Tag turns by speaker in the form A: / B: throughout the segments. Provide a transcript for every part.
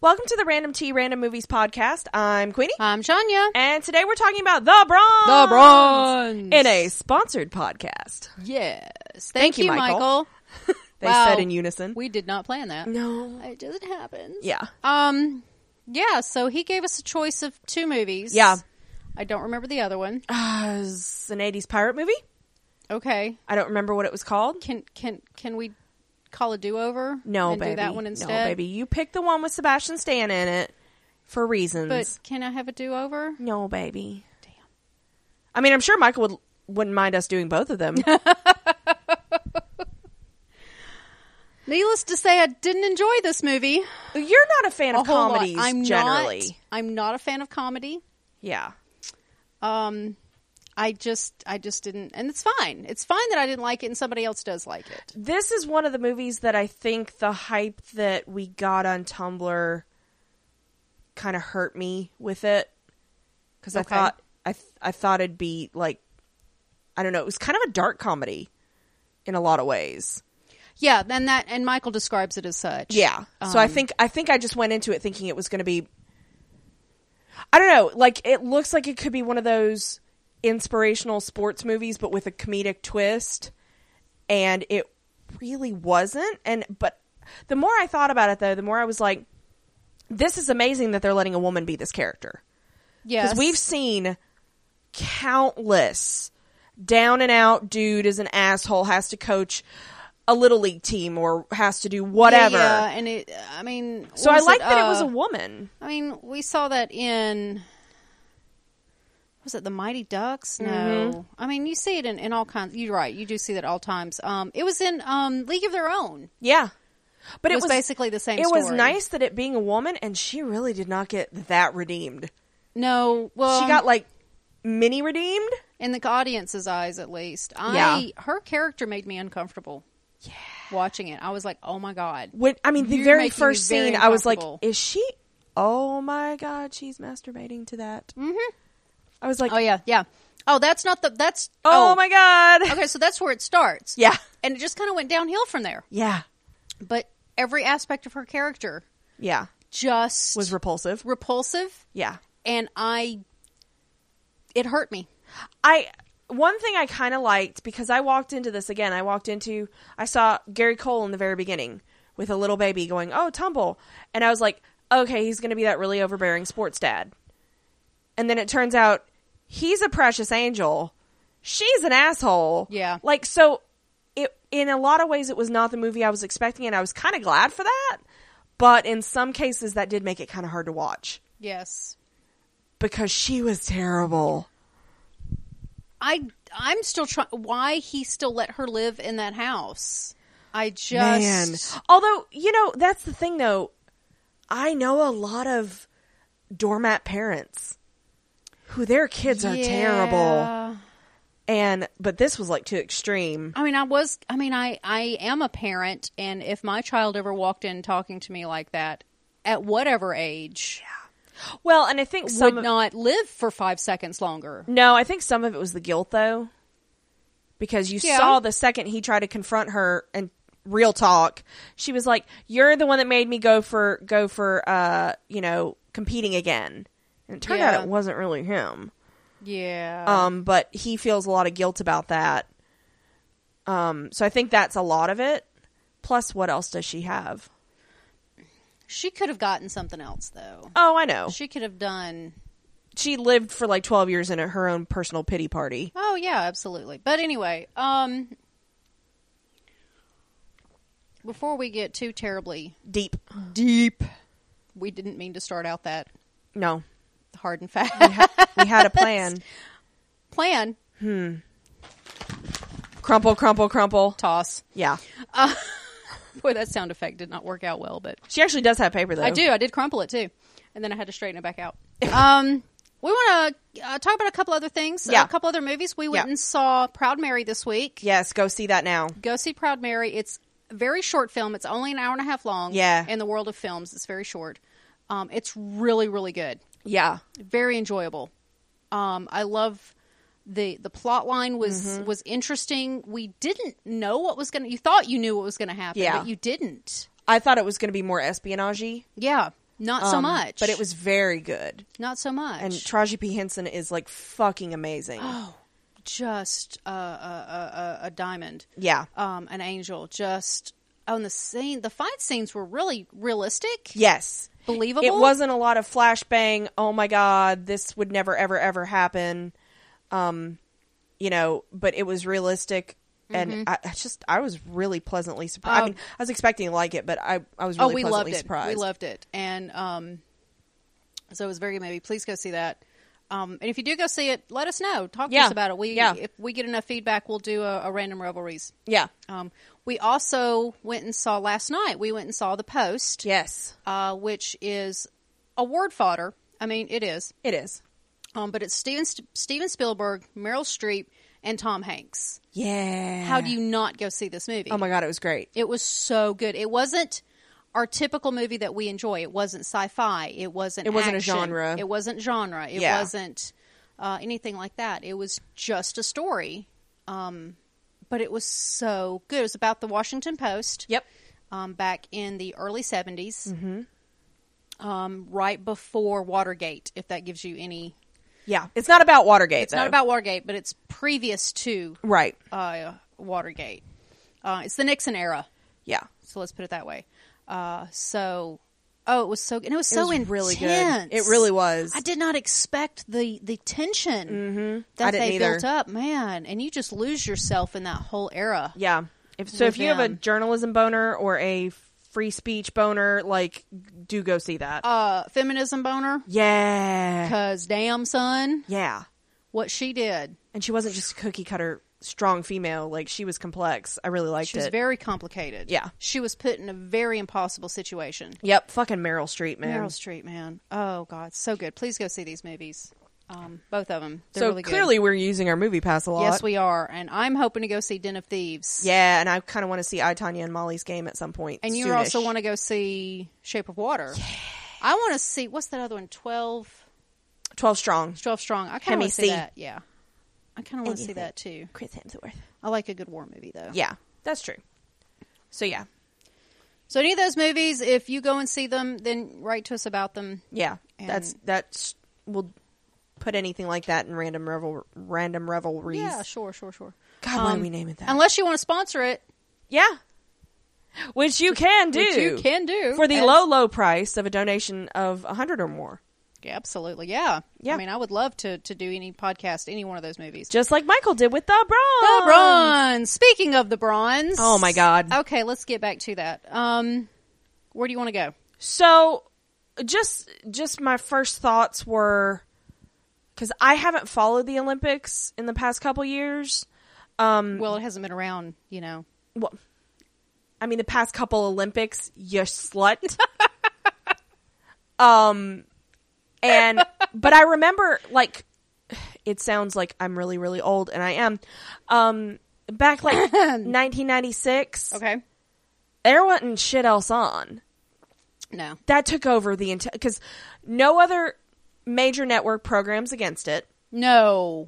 A: Welcome to the Random Tea Random Movies podcast. I'm Queenie.
B: I'm Shania.
A: And today we're talking about The Bronze.
B: The Bronze.
A: In a sponsored podcast.
B: Yes. Thank,
A: you,
B: you,
A: Michael.
B: Michael.
A: They
B: Wow.
A: said in unison.
B: We did not plan that.
A: no.
B: It just happens.
A: Yeah.
B: Um. Yeah. So he gave us a choice of two movies.
A: Yeah.
B: I don't remember the other one.
A: Uh, it's an 80s pirate movie.
B: Okay.
A: I don't remember what it was called.
B: Can can can we call a do over?
A: No,
B: and
A: baby.
B: Do that one instead.
A: No, baby. You picked the one with Sebastian Stan in it for reasons.
B: But can I have a do over?
A: no, baby.
B: Damn.
A: I mean, I'm sure Michael would, wouldn't mind us doing both of them.
B: Needless to say, I didn't enjoy this movie.
A: You're not a fan
B: A
A: of
B: whole lot.
A: comedies
B: I'm
A: generally.
B: Not, I'm not a fan of comedy.
A: Yeah.
B: um i just i just didn't and it's fine it's fine that i didn't like it and somebody else does like it
A: this is one of the movies that I think the hype that we got on Tumblr kind of hurt me with it because I
B: Okay.
A: thought I th- I thought it'd be like I don't know. It was kind of a dark comedy in a lot of ways.
B: yeah and that and michael describes it as such
A: Yeah. so I
B: Um,
A: think I think I just went into it thinking it was going to be I don't know, like it looks like it could be one of those inspirational sports movies but with a comedic twist and it really wasn't and but the more I thought about it though, the more I was like this is amazing that they're letting a woman be this character
B: yes
A: because we've seen countless down and out dude is an asshole has to coach a little league team or has to do
B: yeah,
A: whatever
B: yeah, and it i mean
A: so I like that it was a
B: Uh, I
A: woman.
B: mean we saw that in was it the mighty ducks no
A: Mm-hmm.
B: i mean you see it in, in all kinds you're right you do see that at all times um it was in um league of their own
A: Yeah. But
B: it
A: it
B: was
A: was
B: basically the same
A: It was
B: story.
A: nice that it being a woman and she really did not get that redeemed.
B: no well
A: she got like mini redeemed.
B: in the audience's eyes at least i her character made me uncomfortable yeah watching it i was like oh my god
A: When I mean the
B: You're
A: very
B: making me
A: first
B: very
A: scene I was like
B: uncomfortable.
A: is she Oh my god, she's masturbating to that. Mhm. I was like
B: Mm-hmm. oh yeah yeah oh that's not the that's
A: oh, my god.
B: okay so that's where it starts
A: Yeah.
B: and it just kind of went downhill from there
A: Yeah.
B: but every aspect of her character
A: Yeah.
B: just
A: Was repulsive.
B: repulsive
A: Yeah.
B: and i it hurt me
A: I one thing I kind of liked because I walked into this again. I walked into I saw Gary Cole in the very beginning with a little baby going, "Oh, tumble," and I was like, "Okay, he's going to be that really overbearing sports dad." And then it turns out he's a precious angel. She's an asshole.
B: Yeah.
A: Like so, it in a lot of ways it was not the movie I was expecting, and I was kind of glad for that. But in some cases, that did make it kind of hard to watch
B: yes
A: because she was terrible.
B: i i'm still trying why he still let her live in that house i just
A: Man. Although, you know, that's the thing though. I know a lot of doormat parents who their kids are terrible
B: Yeah.
A: and but this was like too extreme.
B: I mean, I was. I mean, I I am a parent, and if my child ever walked in talking to me like that, at whatever age,
A: Well, and I think some
B: would
A: of,
B: not live for five seconds longer.
A: No, I think some of it was the guilt though. Because you
B: Yeah.
A: saw the second he tried to confront her and real talk, she was like, "You're the one that made me go for go for uh, you know, competing again." And it turned
B: Yeah.
A: out it wasn't really him.
B: Yeah.
A: um, but he feels a lot of guilt about that. Um, so I think that's a lot of it. Plus, what else does she have?
B: she could have gotten something else though.
A: Oh, I know.
B: She could have done.
A: She lived for like twelve years in a, her own personal pity party.
B: Oh yeah, absolutely. But anyway, um, before we get too terribly
A: Deep.
B: deep, we didn't mean to start out that
A: No,
B: hard and fast.
A: we had a plan.
B: Plan
A: crumple, crumple, crumple.
B: toss.
A: Yeah,
B: Boy, that sound effect did not work out well, but
A: she actually does have paper though.
B: I do. I did crumple it too, and then I had to straighten it back out. um, we want to uh, talk about a couple other things.
A: Yeah.
B: a couple other movies. We went
A: Yeah.
B: and saw Proud Mary this week.
A: Yes, go see that now.
B: Go see Proud Mary. It's a very short film. It's only an hour and a half long.
A: Yeah.
B: In the world of films, it's very short. Um, it's really really good.
A: Yeah,
B: Very enjoyable. Um, I love the the plot line was
A: Mm-hmm.
B: was interesting. We didn't know what was gonna. You thought you knew what was gonna happen,
A: Yeah.
B: but you didn't.
A: I thought it was going to be more espionage
B: Yeah. Not so
A: Um,
B: much.
A: But it was very good.
B: not so much.
A: And Taraji P. Henson is like fucking amazing.
B: just a, a, a, a diamond.
A: yeah.
B: Um, an angel. Just on the scene. The fight scenes were really realistic.
A: Yes.
B: Believable.
A: It wasn't a lot of flashbang, oh my god, this would never ever ever happen. Um, you know, but it was realistic
B: Mm-hmm.
A: and I, I just I was really pleasantly surprised. I
B: Um,
A: mean, I was expecting to like it, but I I was
B: oh,
A: really
B: we
A: pleasantly
B: loved it.
A: surprised.
B: We loved it, and um, so it was very good movie. Please go see that. Um, and if you do go see it, let us know. Talk to
A: Yeah.
B: us about it. We
A: Yeah.
B: if we get enough feedback, we'll do a, a random revelries.
A: yeah.
B: Um, we also went and saw last night. We went and saw the post,
A: Yes.
B: uh, which is award fodder. I mean, it is.
A: It is.
B: Um, but it's Steven Steven Spielberg, Meryl Streep, and Tom Hanks.
A: Yeah.
B: How do you not go see this movie?
A: Oh my god, it was great.
B: It was so good. It wasn't our typical movie that we enjoy. It wasn't sci-fi. It wasn't.
A: It wasn't a
B: action.
A: genre.
B: It wasn't genre. It
A: Yeah.
B: wasn't uh, anything like that. It was just a story. Um, but it was so good. It was about the Washington Post.
A: Yep.
B: Um, back in the early 70s
A: Mm-hmm.
B: Um, right before Watergate, if that gives you any.
A: Yeah. It's not about Watergate
B: It's not about Watergate, but it's previous to
A: Right.
B: uh, Watergate. Uh, it's the Nixon era.
A: Yeah.
B: So let's put it that way. Uh, so, oh, it was so, and it was so
A: was
B: intense.
A: really good. It really was.
B: I did not expect the the tension
A: Mm-hmm.
B: that
A: I didn't
B: they
A: either.
B: built up, man. And you just lose yourself in that whole era.
A: Yeah. If so,
B: With
A: if you have a
B: them.
A: journalism boner or a free speech boner, like do go see that.
B: Uh, feminism boner,
A: yeah.
B: because damn son,
A: Yeah.
B: what she did.
A: And she wasn't just a cookie cutter strong female, like she was complex. I really liked
B: She was
A: it.
B: very complicated.
A: Yeah.
B: she was put in a very impossible situation.
A: yep, fucking Meryl Streep, man.
B: Meryl Streep, man. Oh God, so good. Please go see these movies, um, both of them. They're
A: so
B: really good.
A: clearly we're using our movie pass a lot.
B: Yes, we are, and I'm hoping to go see Den of Thieves.
A: Yeah, and I kind of want to see I Tanya and Molly's game at some point.
B: and you
A: soonish.
B: also want to go see Shape of Water. I want to see what's that other one? 12,
A: 12 Strong.
B: 12 Strong. I kind of
A: Hemi
B: want to see
A: C.
B: that. Yeah, I kind of want to see
A: Anything.
B: that too.
A: Chris Hemsworth.
B: I like a good war movie though.
A: Yeah, that's true. So yeah.
B: So any of those movies, if you go and see them, then write to us about them.
A: Yeah,
B: And-
A: that's that's we'll put anything like that in random revel random revelries.
B: Yeah, sure, sure, sure.
A: God, why are we naming that?
B: Unless you want to sponsor it,
A: yeah, which you can do.
B: which you can do
A: for the
B: as-
A: low low price of a donation of a hundred or more,
B: Yeah, absolutely, yeah,
A: Yeah.
B: I mean, I would love to to do any podcast, any one of those movies.
A: just like Michael did with the bronze.
B: The bronze. Speaking of the bronze.
A: Oh, my God.
B: Okay, let's get back to that. Um, where do you want to go?
A: So, just just my first thoughts were because I haven't followed the Olympics in the past couple years. Mm.
B: Well, it hasn't been around, you know.
A: well, I mean, the past couple Olympics, you slut. um, and but I remember like it sounds like I'm really really old, and I am. Um, back like 1996,
B: Okay.
A: there wasn't shit else on
B: No.
A: that took over the entire because no other major network programs against it
B: No.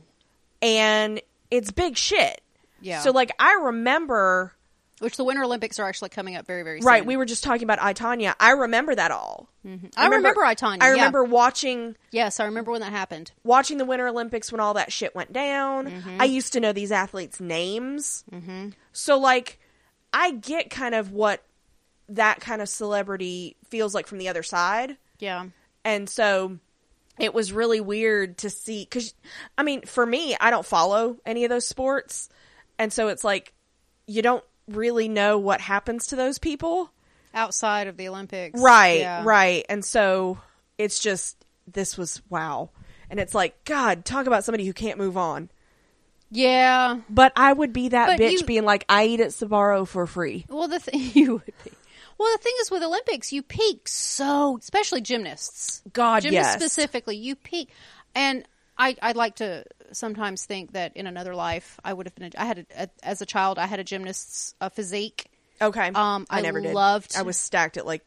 A: and it's big shit
B: Yeah.
A: so like i remember
B: Which the Winter Olympics are actually coming up very, very soon.
A: Right, we were just talking about I Tanya. I remember that all.
B: I remember I, Tanya,
A: I
B: Mm-hmm. yeah.
A: remember watching
B: Yes, I remember when that happened.
A: watching the Winter Olympics when all that shit went down. I used to know these athletes' names, mm-hmm. so like I get kind of what that kind of celebrity feels like from the other side,
B: Yeah.
A: and so it was really weird to see. Because I mean, for me, I don't follow any of those sports, and so it's like you don't really know what happens to those people.
B: Outside of the Olympics.
A: Right,
B: Yeah.
A: right. And so it's just this was wow. And it's like, God, talk about somebody who can't move on.
B: Yeah.
A: But I would be that
B: But
A: bitch
B: you-
A: being like, I eat at Sabaro for free.
B: Well, the thing you would be. Well, the thing is with Olympics, you peak so, especially gymnasts.
A: God,
B: gymnasts
A: yes.
B: specifically, you peak. And I, I'd like to sometimes think that in another life, I would have been. A, I had a, a, as a child, I had a gymnast's uh physique.
A: Okay.
B: Um, I
A: never did.
B: loved-
A: I was stacked at like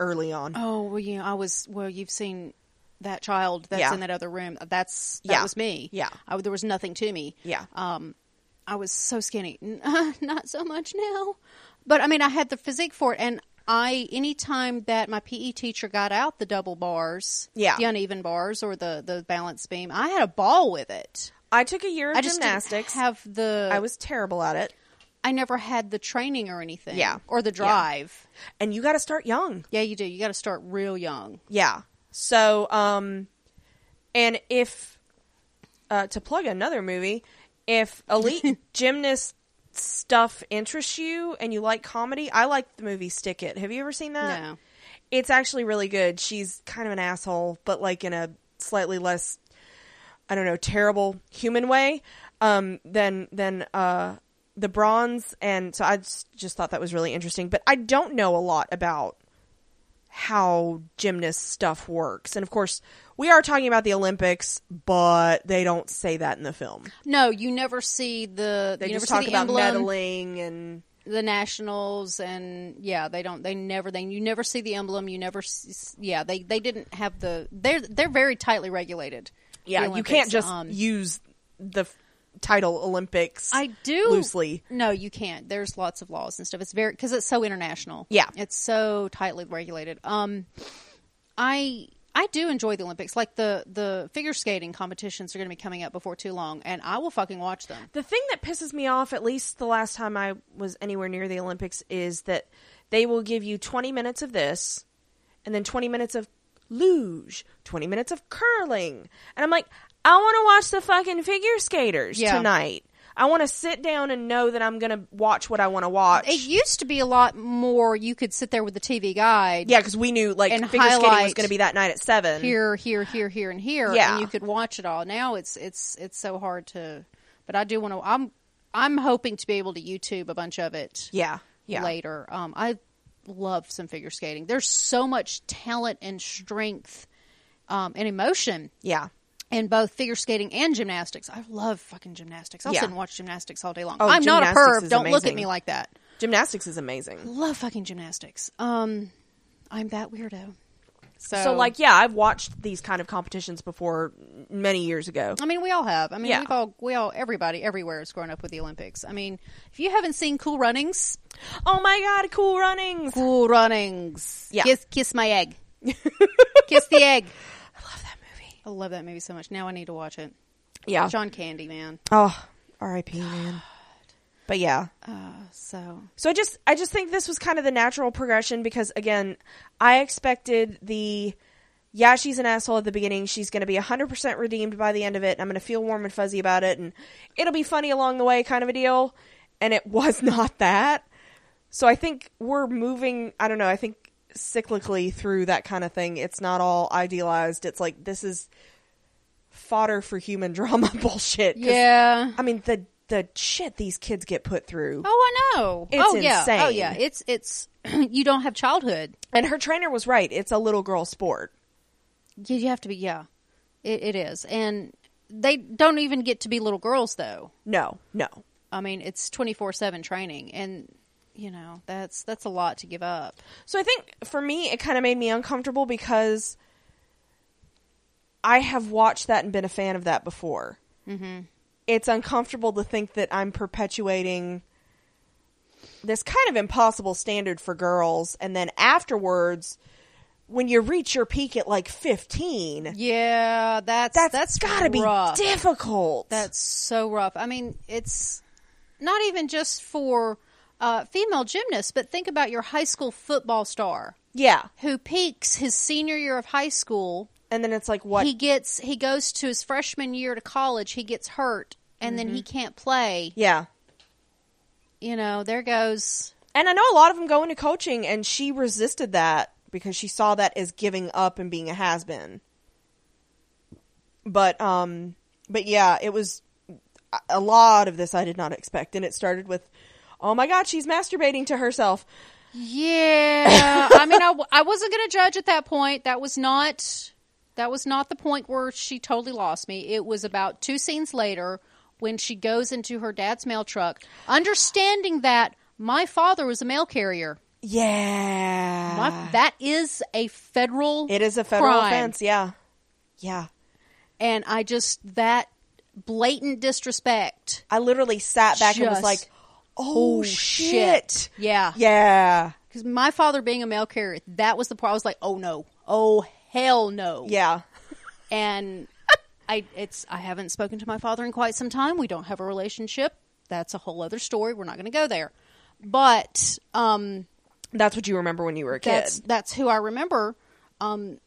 A: early on.
B: Oh well, you know, I was. Well, you've seen that child that's
A: Yeah.
B: in that other room. That's that
A: Yeah.
B: was me.
A: Yeah.
B: I, there was nothing to me.
A: Yeah.
B: Um, I was so skinny. N- Not so much now, but I mean, I had the physique for it, and I anytime that my PE teacher got out the double bars,
A: Yeah.
B: the uneven bars or the the balance beam, I had a ball with it.
A: I took a year of
B: I just didn't
A: gymnastics.
B: have the
A: I was terrible at it.
B: I never had the training or anything.
A: Yeah.
B: Or the
A: Yeah.
B: drive.
A: And you got to start young.
B: Yeah, you do. You got to start real young.
A: Yeah. So, um, and if uh, to plug another movie, if elite gymnast stuff interests you and you like comedy, I like the movie Stick It. Have you ever seen that?
B: No.
A: It's actually really good. She's kind of an asshole, but like in a slightly less, I don't know, terrible human way um, than than uh, the bronze. And so I just, just thought that was really interesting. But I don't know a lot about how gymnast stuff works. And of course, we are talking about the Olympics, but they don't say that in the film.
B: No, you never see the
A: They
B: you
A: just
B: never
A: talk
B: see the
A: about
B: emblem,
A: medaling and
B: the nationals, and yeah, they don't. They never. They you never see the emblem. You never. See, yeah, they they didn't have the. They're they're very tightly regulated. the
A: yeah, you can't
B: Olympics,
A: just
B: um,
A: use the f- title Olympics.
B: I do
A: loosely.
B: No, you can't. There's lots of laws and stuff. It's very because it's so international.
A: Yeah.
B: it's so tightly regulated. Um, I I do enjoy the Olympics. Like the the figure skating competitions are going to be coming up before too long, and I will fucking watch them.
A: The thing that pisses me off, at least the last time I was anywhere near the Olympics, is that they will give you 20 minutes of this and then 20 minutes of luge, 20 minutes of curling. And I'm like, I want to watch the fucking figure skaters
B: Yeah.
A: tonight. I want to sit down and know that I'm going to watch what I want to watch.
B: It used to be a lot more. You could sit there with the TV guide.
A: yeah, because we knew like
B: And
A: figure skating was
B: highlight
A: going to be that night at 7.
B: Here, here, here, here, and here.
A: Yeah.
B: And you could watch it all. Now it's it's it's so hard to. But I do want to. I'm I'm hoping to be able to YouTube a bunch of it.
A: Yeah. Yeah.
B: later. Um, I love some figure skating. There's so much talent and strength um, and emotion
A: Yeah.
B: in both figure skating and gymnastics. I love fucking gymnastics. I'll
A: Yeah.
B: sit and watch gymnastics all day long.
A: Oh,
B: I'm not a
A: gymnastics
B: perv.
A: is
B: Don't look at
A: amazing.
B: me like that.
A: Gymnastics is amazing.
B: Love fucking gymnastics. Um, I'm that weirdo. So,
A: So like yeah, I've watched these kind of competitions before many years ago.
B: I mean, we all have. I mean,
A: Yeah.
B: we've all, we all, everybody, everywhere is growing up with the Olympics. I mean, if you haven't seen Cool Runnings,
A: Oh my god, cool runnings.
B: Cool Runnings,
A: Yeah.
B: kiss, kiss my egg, kiss the egg.
A: Love that movie.
B: I love that movie so much. Now I need to watch it.
A: Yeah.
B: John Candy, man.
A: Oh, R.I.P. Man. But yeah,
B: Uh, so
A: so I just I just think this was kind of the natural progression because again, I expected the yeah she's an asshole at the beginning. She's going to be hundred percent redeemed by the end of it. And I'm going to feel warm and fuzzy about it, and it'll be funny along the way, kind of a deal. And it was not that. So I think we're moving. I don't know. I think cyclically through that kind of thing. It's not all idealized. It's like this is fodder for human drama bullshit. 'Cause
B: yeah.
A: I mean the the shit these kids get put through.
B: Oh, I know.
A: It's
B: oh yeah. Oh
A: insane.
B: yeah. It's it's. you don't have childhood.
A: And her trainer was right. It's a little girl sport.
B: You, you have to be. Yeah. It, it is, and they don't even get to be little girls though.
A: No, no.
B: I mean, it's twenty four seven training, and you know that's that's a lot to give up.
A: So I think for me it kind of made me uncomfortable because I have watched that and been a fan of that before. Mm-hmm. It's uncomfortable to think that I'm perpetuating this kind of impossible standard for girls, and then afterwards, when you reach your peak at like 15,
B: Yeah, that's
A: that's
B: that's
A: gotta
B: rough.
A: be difficult.
B: That's so rough. I mean, it's not even just for uh, female gymnasts, but think about your high school football star
A: yeah.
B: who peaks his senior year of high school.
A: And then it's like what
B: He gets he goes to his freshman year to college. He gets hurt,
A: Mm-hmm.
B: and then he can't play.
A: Yeah.
B: You know, there goes.
A: And I know a lot of them go into coaching, and she resisted that because she saw that as giving up and being a has been. But um, but yeah, it was a lot of this I did not expect, and it started with, "Oh my God, she's masturbating to herself."
B: Yeah, I mean, I, w- I wasn't going to judge at that point. That was not that was not the point where she totally lost me. It was about two scenes later when she goes into her dad's mail truck, understanding that my father was a mail carrier.
A: Yeah,
B: My, that is a federal.
A: Ah. it is a federal
B: crime.
A: offense. Yeah, yeah.
B: and I just that blatant disrespect.
A: I literally sat back and was
B: Just-
A: like, "Oh,
B: Oh,
A: shit.
B: shit. Yeah.
A: yeah."
B: Because my father being a mail carrier, that was the part I was like, oh no, oh hell no.
A: Yeah.
B: And I it's I haven't spoken to my father in quite some time. We don't have a relationship. That's a whole other story. We're not going to go there. But um,
A: That's what you remember when you were a kid.
B: that's that's who I remember. Um,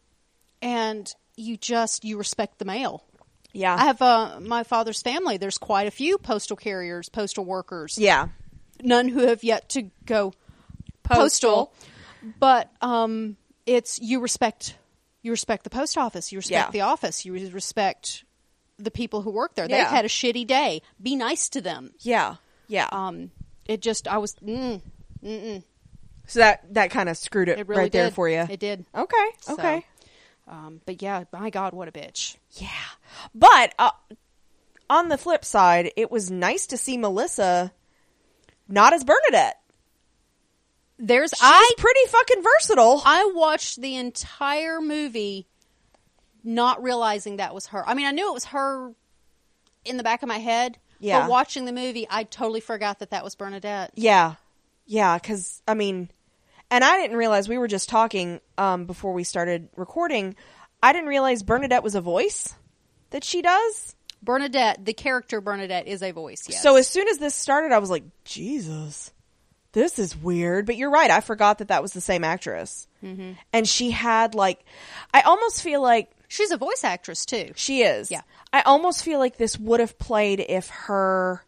B: and you just you respect the mail.
A: yeah.
B: I have uh, my father's family. There's quite a few postal carriers, postal workers.
A: yeah.
B: None who have yet to go postal, but um, it's you respect you respect the post office. You respect
A: Yeah.
B: the office. You respect the people who work there. They've
A: Yeah.
B: had a shitty day. Be nice to them.
A: Yeah. Yeah.
B: Um, it just I was mm, mm-mm.
A: so that that kind of screwed it,
B: it really
A: right
B: did
A: there for you.
B: It did.
A: Okay.
B: So,
A: Okay.
B: um, but yeah, my God, what a bitch.
A: Yeah. But uh, on the flip side, it was nice to see Melissa not as Bernadette.
B: There's
A: She's
B: I
A: pretty fucking versatile.
B: I watched the entire movie not realizing that was her. I mean, I knew it was her in the back of my head.
A: Yeah.
B: But watching the movie, I totally forgot that that was Bernadette.
A: Yeah. Yeah, cuz I mean and I didn't realize we were just talking um before we started recording. I didn't realize Bernadette was a voice that she does.
B: Bernadette, the character Bernadette, is a voice. Yes.
A: So as soon as this started, I was like, "Jesus. This is weird." But you're right. I forgot that that was the same actress. Mm-hmm. And she had like I almost feel like
B: she's a voice actress too.
A: She is.
B: Yeah.
A: I almost feel like this would have played if her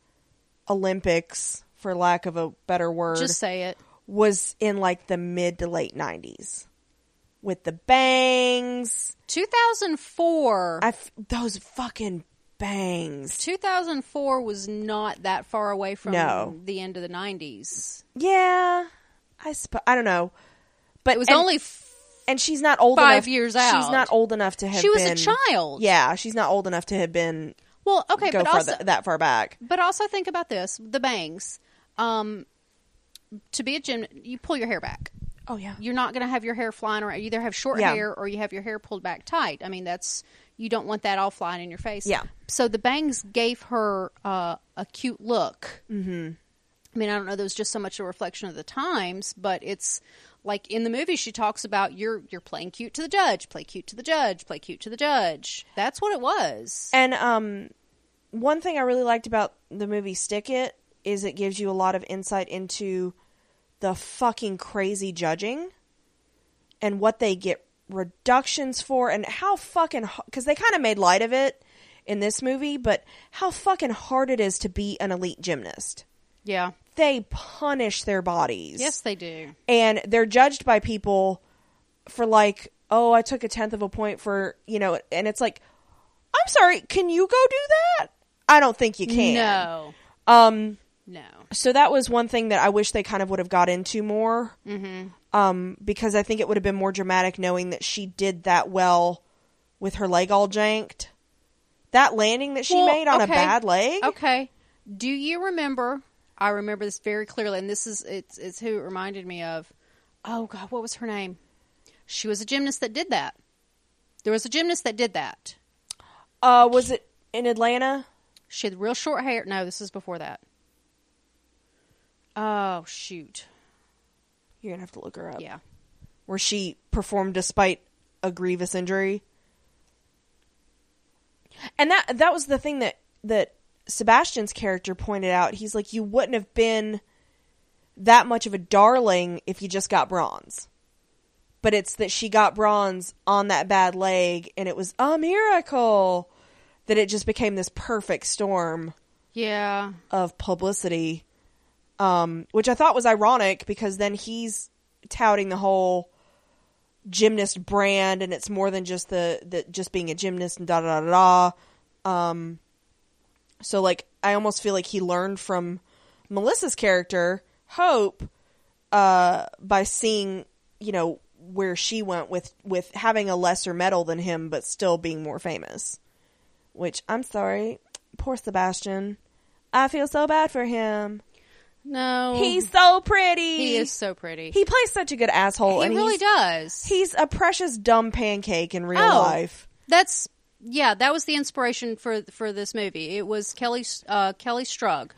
A: Olympics, for lack of a better word,
B: Just say it.
A: was in like the mid to late 90s with the bangs.
B: 2004.
A: I f- those fucking bangs.
B: 2004 was not that far away from
A: No.
B: the end of the 90s.
A: Yeah. I suppose I don't know. But
B: It was
A: and,
B: only f-
A: and she's not old
B: five
A: enough.
B: years
A: She's
B: out.
A: not old enough to have
B: She was a
A: been-
B: child.
A: Yeah, she's not old enough to have been
B: well, okay,
A: go
B: but
A: far
B: also
A: that far back.
B: But also think about this: the bangs. Um, to be a gym, you pull your hair back.
A: Oh yeah.
B: You're not going to have your hair flying around. You either have short
A: Yeah.
B: hair or you have your hair pulled back tight. I mean, that's you don't want that all flying in your face.
A: Yeah.
B: So the bangs gave her uh, a cute look. Mm-hmm. I mean, I don't know. There was just so much a reflection of the times, but it's like in the movie she talks about you're you're playing cute to the judge, play cute to the judge, play cute to the judge. That's what it was.
A: And um, one thing I really liked about the movie Stick It is it gives you a lot of insight into the fucking crazy judging and what they get reductions for and how fucking because they kind of made light of it in this movie, but how fucking hard it is to be an elite gymnast.
B: Yeah.
A: They punish their bodies
B: Yes, they do.
A: and they're judged by people for like oh i took a tenth of a point for you know and it's like i'm sorry can you go do that i don't think you can
B: No.
A: um
B: No.
A: so that was one thing that i wish they kind of would have got into more mm-hmm. um because i think it would have been more dramatic knowing that she did that well with her leg all janked that landing that she
B: Well,
A: made on a
B: okay.
A: bad leg
B: Okay. Do you remember? I remember this very clearly, and this is it's it's who it reminded me of. Oh God, what was her name? She was a gymnast that did that. There was a gymnast that did that.
A: uh was it in atlanta
B: She had real short hair. No, this is before that. Oh shoot!
A: you're gonna have to look her up
B: Yeah,
A: where she performed despite a grievous injury. And that that was the thing that that Sebastian's character pointed out. He's like you wouldn't have been that much of a darling if you just got bronze. But it's that she got bronze on that bad leg and it was a miracle that it just became this perfect storm
B: yeah.
A: of publicity, um, which I thought was ironic because then he's touting the whole gymnast brand, and it's more than just the, the just being a gymnast and da da da da. da. Um, so like, I almost feel like he learned from Melissa's character Hope uh, by seeing you know where she went with with having a lesser medal than him, but still being more famous which I'm sorry, poor Sebastian. I feel so bad for him.
B: No,
A: He's so pretty.
B: he is so pretty.
A: He plays such a good asshole,
B: He
A: and
B: really
A: he's,
B: does.
A: He's a precious dumb pancake in real
B: Oh.
A: life.
B: That's yeah. That was the inspiration for for this movie. It was Kelly uh, Kelly Strug.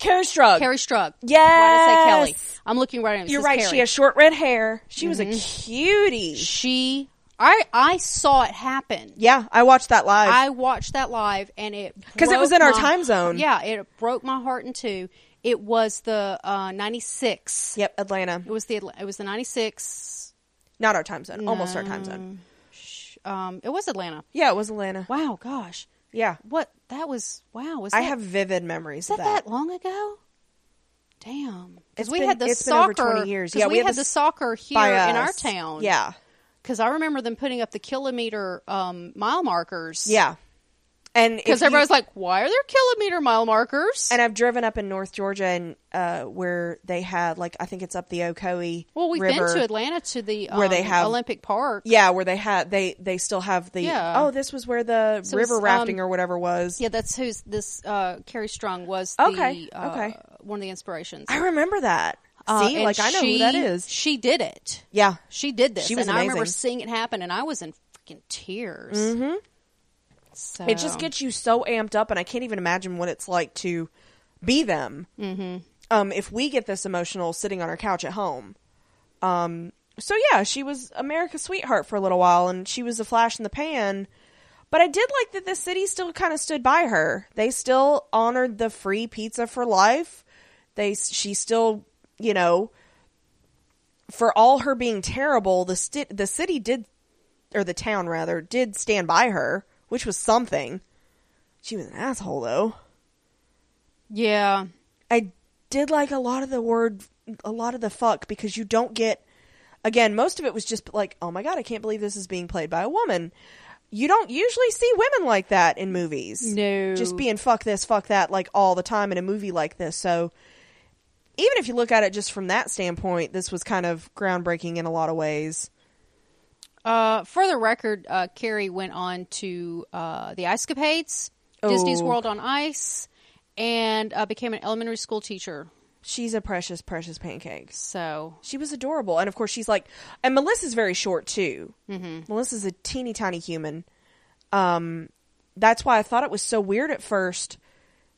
A: Carrie Strug.
B: Carrie Strug. Why did I say Kelly?
A: Yes.
B: I'm looking right at it. It
A: You're
B: says
A: right.
B: Carrie.
A: She has short red hair. She was a
B: Mm-hmm.
A: cutie.
B: She. I I saw it happen.
A: Yeah, I watched that live.
B: I watched that live, and it
A: 'Cause it was
B: broke
A: in our
B: my-
A: time zone.
B: Yeah, it broke my heart in two. It was the uh, '96.
A: yep, Atlanta.
B: It was the Atla- it was the '96.
A: Not our time zone. Almost our time
B: Mm.
A: zone.
B: Um, it was Atlanta.
A: Yeah, it was Atlanta.
B: Wow, gosh,
A: Yeah.
B: what that was. Wow, was that,
A: I have vivid memories
B: was that,
A: of that.
B: that long ago? Damn,
A: It's
B: because we
A: been-
B: had the
A: it's been over
B: soccer
A: 20 years.
B: 'cause
A: Yeah,
B: we, had the
A: s-
B: soccer here
A: By
B: in our
A: us.
B: town.
A: Yeah.
B: because I remember them putting up the kilometer um, mile markers.
A: Yeah. And if
B: because
A: you-
B: everybody's like, why are there kilometer mile markers?
A: and I've driven up in North Georgia and uh, where they had like I think it's up the Ocoee.
B: Well, we've
A: River.
B: been to Atlanta to the um,
A: where they have-
B: Olympic Park.
A: Yeah, where they had they they still have the
B: Yeah.
A: oh this was where the
B: So it's,
A: river rafting
B: um,
A: or whatever was.
B: Yeah, that's who's this. Uh, Carrie Strong was the,
A: Okay,
B: uh,
A: okay.
B: one of the inspirations.
A: I remember that.
B: Uh,
A: See,
B: and
A: like I know who that
B: she-
A: is.
B: She did it.
A: Yeah,
B: She did this.
A: She was
B: and I remember
A: amazing.
B: seeing it happen, and I was in freaking tears. Mm-hmm. So
A: it just gets you so amped up, and I can't even imagine what it's like to be them. Mm-hmm. Um, if we get this emotional sitting on our couch at home, um, so yeah, she was America's sweetheart for a little while, and she was a flash in the pan. But I did like that the city still kind of stood by her. They still honored the free pizza for life. They she still, you know, for all her being terrible, the sti- the city did or the town rather did stand by her, which was something. She was an asshole though.
B: yeah.
A: I did like a lot of the word a lot of the fuck because you don't get again, most of it was just like, "Oh my god, I can't believe this is being played by a woman." You don't usually see women like that in movies.
B: No.
A: Just being fuck this, fuck that like all the time in a movie like this. So even if you look at it just from that standpoint, this was kind of groundbreaking in a lot of ways.
B: Uh, for the record, uh, Carrie went on to uh, the Ice Capades, Disney's
A: Oh.
B: World on Ice, and uh, became an elementary school teacher.
A: She's a precious, precious pancake.
B: So
A: She was adorable, and of course she's like, and Melissa's very short too. Mm-hmm. Melissa's a teeny tiny human. Um, that's why I thought it was so weird at first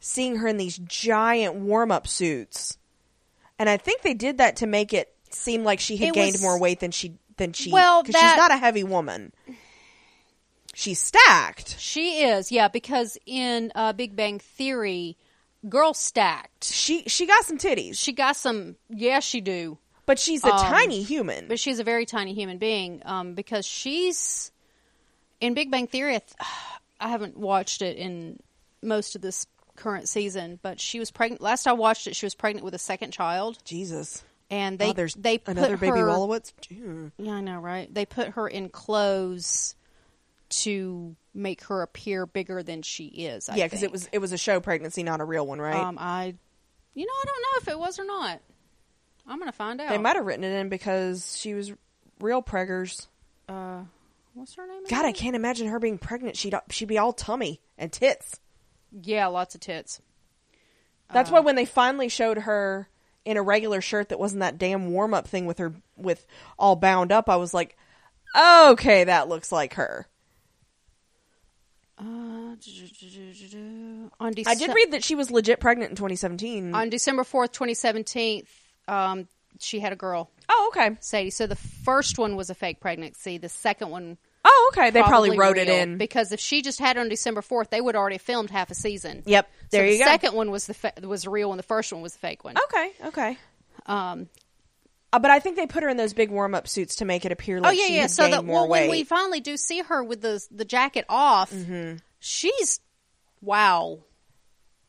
A: seeing her in these giant warm up suits, and I think they did that to make it seem like she had
B: It
A: gained
B: was-
A: more weight than she than she.
B: Well,
A: 'cause
B: that-
A: she's not a heavy woman. She's stacked.
B: She is, yeah, because in uh, Big Bang Theory, girl stacked.
A: She she got some titties,
B: She got some, yeah, she do,
A: but she's a tiny human.
B: Um, but she's a very tiny human being um, because she's in Big Bang Theory. I, th- I haven't watched it in most of this current season, but she was pregnant. Last I watched it, she was pregnant with a second child,
A: Jesus,
B: and they
A: oh, there's
B: they put
A: another baby
B: her,
A: Wallowitz. Ew.
B: Yeah, I know, right? They put her in clothes to make her appear bigger than she is. I
A: Yeah, because it
B: think.
A: was it was a show pregnancy, not a real one, right?
B: Um, I, you know, I don't know if it was or not. I'm gonna find out.
A: They might have written it in because she was real preggers.
B: Uh, what's her name?
A: God, I
B: again?
A: can't imagine her being pregnant. She'd she'd be all tummy and tits.
B: Yeah, lots of tits.
A: That's
B: Uh.
A: why when they finally showed her in a regular shirt that wasn't that damn warm up thing with her with all bound up, I was like, okay, that looks like her.
B: Uh, ju- ju- ju- ju- ju- on Dece-
A: I did read that she was legit pregnant in 2017.
B: on December fourth, 2017. Um, she had a girl,
A: oh, okay.
B: Sadie. So the first one was a fake pregnancy. The second one,
A: Oh, okay. They probably, wrote it
B: real,
A: in.
B: because if she just had it on December fourth, they would already filmed half a season.
A: Yep.
B: So
A: There
B: the
A: you go. Oh,
B: second one was the fa- was the real one. The first one was the fake one.
A: Okay. Okay.
B: Um,
A: Uh, but I think they put her in those big warm up suits to make it appear
B: Oh
A: like
B: yeah,
A: she
B: yeah.
A: had
B: So
A: gained
B: that
A: more
B: well,
A: weight. Mm-hmm.
B: when we finally do see her with the the jacket off, she's wow,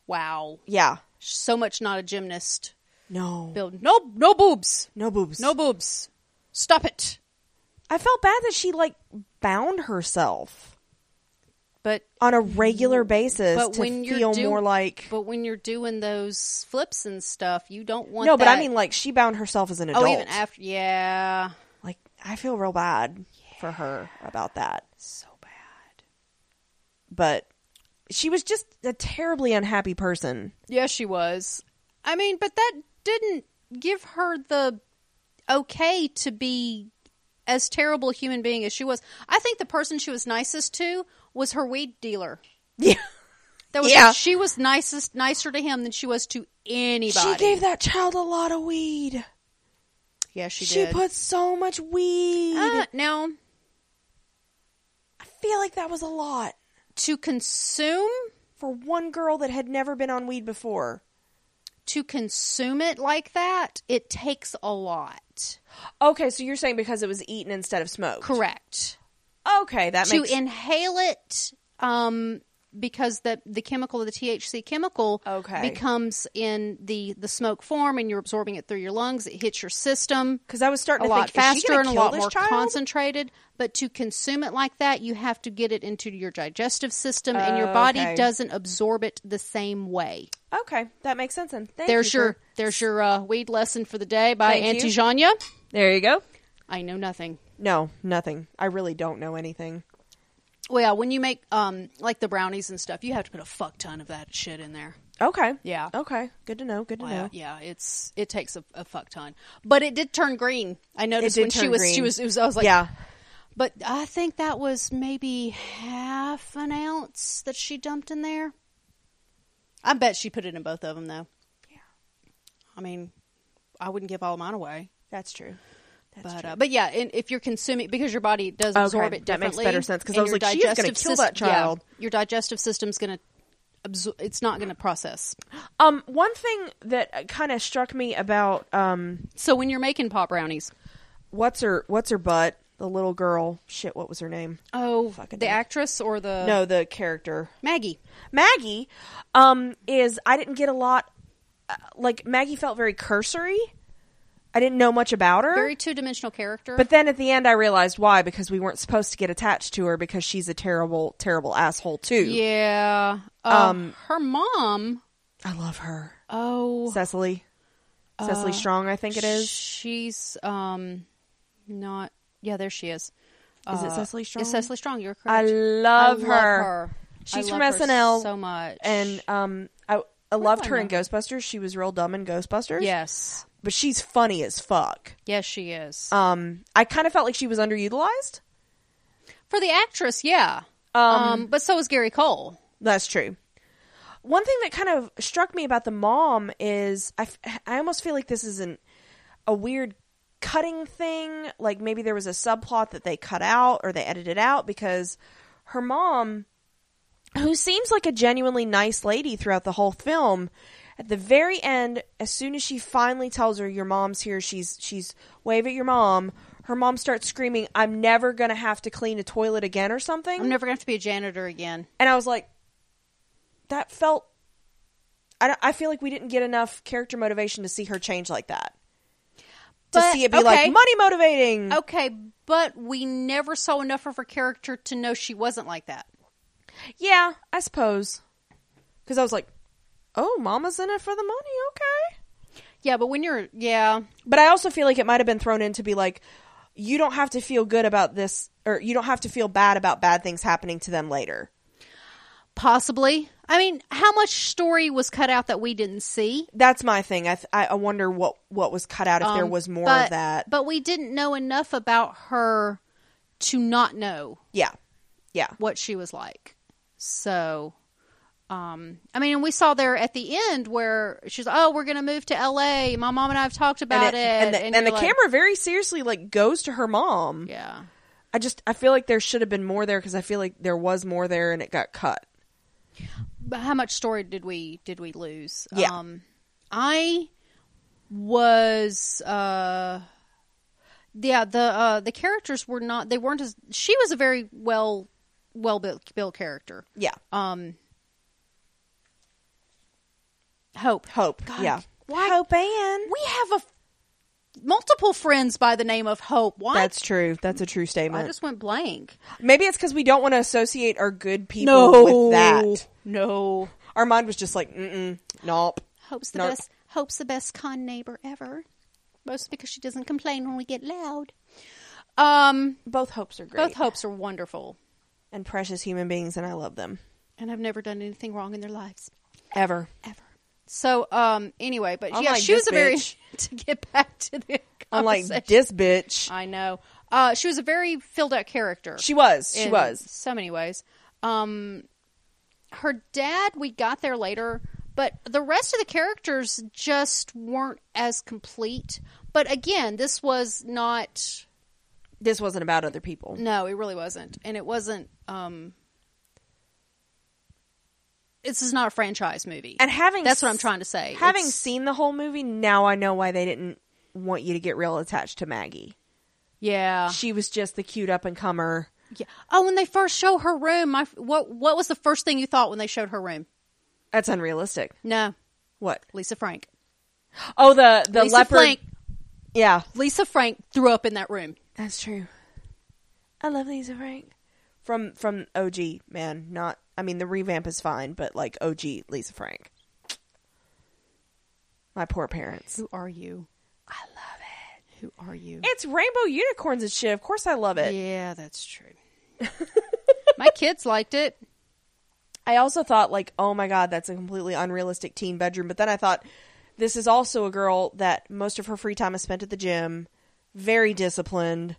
B: wow.
A: yeah.
B: So much not a gymnast.
A: No.
B: Build no no boobs,
A: No boobs.
B: no boobs. Stop it.
A: I felt bad that she like bound herself
B: But
A: on a regular basis
B: but
A: to
B: when you're
A: feel
B: do-
A: more like
B: but when you're doing those flips and stuff, you don't want
A: no, but I
B: that-
A: mean like she bound herself as an
B: oh
A: adult.
B: even after yeah,
A: like I feel real bad for her about that,
B: so bad.
A: but she was just a terribly unhappy person.
B: Yeah, she was. I mean, but that didn't give her the okay to be as terrible a human being as she was. I think the person she was nicest to was her weed dealer.
A: Yeah,
B: That was
A: Yeah.
B: she was nicest nicer to him than she was to anybody.
A: She gave that child a lot of weed.
B: yeah, she,
A: She
B: did.
A: put so much weed.
B: uh, now
A: I feel like that was a lot
B: to consume
A: for one girl that had never been on weed before.
B: to consume it like that, it takes a lot.
A: Okay, so you're saying because it was eaten instead of smoked.
B: Correct.
A: Okay, that
B: to
A: makes
B: inhale it um because the the chemical the THC chemical
A: Okay.
B: becomes in the the smoke form and you're absorbing it through your lungs it hits your system
A: because I was starting
B: a
A: to
B: lot
A: think, is she
B: faster
A: gonna
B: and a
A: kill
B: lot
A: this
B: more
A: child?
B: concentrated but to consume it like that you have to get it into your digestive system and your
A: Oh,
B: body
A: okay.
B: doesn't absorb it the same way
A: Okay, that makes sense. Then Thank
B: there's
A: you
B: your
A: for-
B: there's your uh, weed lesson for the day by
A: Thank
B: auntie
A: you.
B: Janya
A: there you go.
B: I know nothing
A: No, nothing. I really don't know anything.
B: well yeah when you make um like the brownies and stuff you have to put a fuck ton of that shit in there
A: Okay.
B: Yeah.
A: Okay. Good to know. Good to
B: Wow.
A: know.
B: Yeah, it's it takes a, a fuck ton, but it did turn green. I noticed
A: did
B: when she
A: turn
B: was she
A: green.
B: was, it was I was like
A: yeah.
B: but I think that was maybe half an ounce that she dumped in there. I bet she put it in both of them though.
A: Yeah.
B: I mean, I wouldn't give all mine away,
A: That's true. That's
B: but
A: true.
B: uh, but yeah, and if you're consuming because your body does
A: Okay,
B: absorb it
A: that makes
B: differently,
A: better sense, 'cause I was
B: and your
A: like, she is gonna
B: digestive
A: kill that
B: sys- yeah,
A: child.
B: your digestive system's gonna absorb. It's not gonna process.
A: Um, one thing that kind of struck me about um,
B: So when you're making pot brownies,
A: what's her what's her butt, the little girl. Shit, what was her name?
B: oh,
A: Fucking
B: the
A: hell.
B: actress or the
A: no, the character
B: Maggie.
A: Maggie. Um, is I didn't get a lot. Uh, like Maggie felt very cursory. I didn't know much about her.
B: Very two dimensional character.
A: but then at the end, I realized why because we weren't supposed to get attached to her because she's a terrible, terrible asshole too.
B: yeah. Um, her mom.
A: I love her,
B: Oh,
A: Cecily. Cecily
B: Uh,
A: Strong, I think it is.
B: She's um, not. Yeah, there she is.
A: Is it Cecily Strong?
B: uh, It's Cecily Strong. You're
A: I
B: correct.
A: love
B: I
A: her.
B: I
A: She's from
B: love her
A: SNL
B: so much.
A: and um, I I loved
B: I
A: her in
B: know?
A: Ghostbusters. She was real dumb in Ghostbusters.
B: yes,
A: but she's funny as fuck.
B: yes, she is.
A: Um, I kind of felt like she was underutilized.
B: For the actress, yeah. Um, but so is Gary Cole.
A: That's true. One thing that kind of struck me about the mom is I, f- I almost feel like this is an a weird cutting thing. Like maybe there was a subplot that they cut out or they edited out because her mom, who seems like a genuinely nice lady throughout the whole film, at the very end, as soon as she finally tells her your mom's here, she's she's wave at your mom. Her mom starts screaming, "I'm never gonna have to clean a toilet again" or something.
B: I'm never gonna have to be a janitor again.
A: And I was like, that felt. I, don't- I feel like we didn't get enough character motivation to see her change like that. To
B: But-
A: see it be
B: okay. Oh,
A: like money motivating.
B: Okay, but we never saw enough of her character to know she wasn't like that.
A: Yeah, I suppose. Because I was like, oh, Mama's in it for the money. Okay.
B: Yeah, but when you're yeah,
A: But I also feel like it might have been thrown in to be like, you don't have to feel good about this, or you don't have to feel bad about bad things happening to them later.
B: possibly. I mean, how much story was cut out that we didn't see?
A: That's my thing. I, th- I I wonder what, what was cut out if there
B: Um,
A: was more
B: but-
A: of that.
B: But we didn't know enough about her to not know
A: yeah. Yeah.
B: what she was like. So, um, I mean, and we saw there at the end where she's, oh, we're going to move to L.A. My mom and I have talked about
A: and it- and
B: it,
A: the, and
B: you're
A: the
B: like,
A: camera very seriously like goes to her mom
B: Yeah.
A: i just i feel like there should have been more there because i feel like there was more there and it got cut
B: But how much story did we did we lose?
A: Yeah.
B: Um, I was uh yeah the uh the characters were not they weren't as she was a very well well built, built character
A: yeah
B: um hope
A: hope
B: God,
A: yeah
B: why-
A: hope and
B: we have a f- multiple friends by the name of hope why
A: that's true that's a true
B: i
A: statement
B: just went blank
A: maybe it's because we don't want to associate our good people with that
B: no
A: our mind was just like mm-mm nope
B: hope's the
A: Nope.
B: best hope's the best con neighbor ever mostly because she doesn't complain when we get loud um
A: both hopes are great
B: both hopes are wonderful
A: and precious human beings and i love them
B: and i've never done anything wrong in their lives
A: ever
B: ever so um anyway but yeah
A: Unlike
B: she was
A: this
B: a very
A: bitch.
B: to get back to the
A: i'm like
B: conversation.
A: this bitch
B: I know. Uh, she was a very filled out character.
A: she was she
B: in
A: was
B: so many ways. Um, her dad we got there later but the rest of the characters just weren't as complete but again this was not
A: This wasn't about other people.
B: no it really wasn't and it wasn't um this is not a franchise movie
A: And having
B: that's what
A: s-
B: i'm trying to say
A: Having
B: It's-
A: seen the whole movie, now I know why they didn't want you to get real attached to Maggie.
B: yeah
A: She was just the cute up and comer.
B: yeah oh when they first show her room my what what was the first thing you thought when they showed her room
A: That's unrealistic.
B: no
A: What?
B: lisa frank
A: Oh, the the
B: lisa
A: leopard.
B: frank
A: Yeah,
B: lisa frank threw up in that room
A: that's true. I love Lisa Frank from from OG man. Not I mean the revamp is fine, but like OG Lisa Frank. My poor parents.
B: who are you i love it who are you
A: It's rainbow unicorns and shit. Of course, I love it.
B: Yeah, that's true. My kids liked it.
A: I also thought like, oh my god, that's a completely unrealistic teen bedroom. But then I thought, this is also a girl that most of her free time is spent at the gym, very disciplined.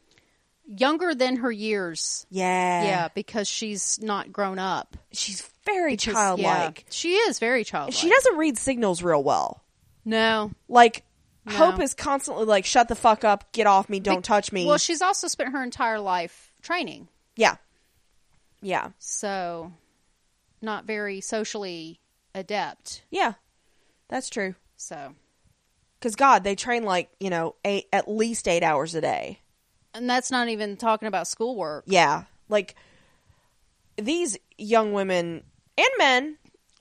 B: Younger than her years.
A: Yeah,
B: Yeah, because she's not grown up.
A: she's very
B: 'Cause,
A: childlike.
B: yeah, she is very childlike.
A: She doesn't read signals real well.
B: No.
A: Like,
B: No.
A: Hope is constantly like, shut the fuck up, get off me, don't
B: Bec-
A: touch me.
B: Well, she's also spent her entire life training,
A: yeah, yeah,
B: so not very socially adept.
A: yeah. That's true.
B: So,
A: Because God, they train like you know eight, at least eight hours a day.
B: and that's not even talking about schoolwork.
A: yeah like these young women and men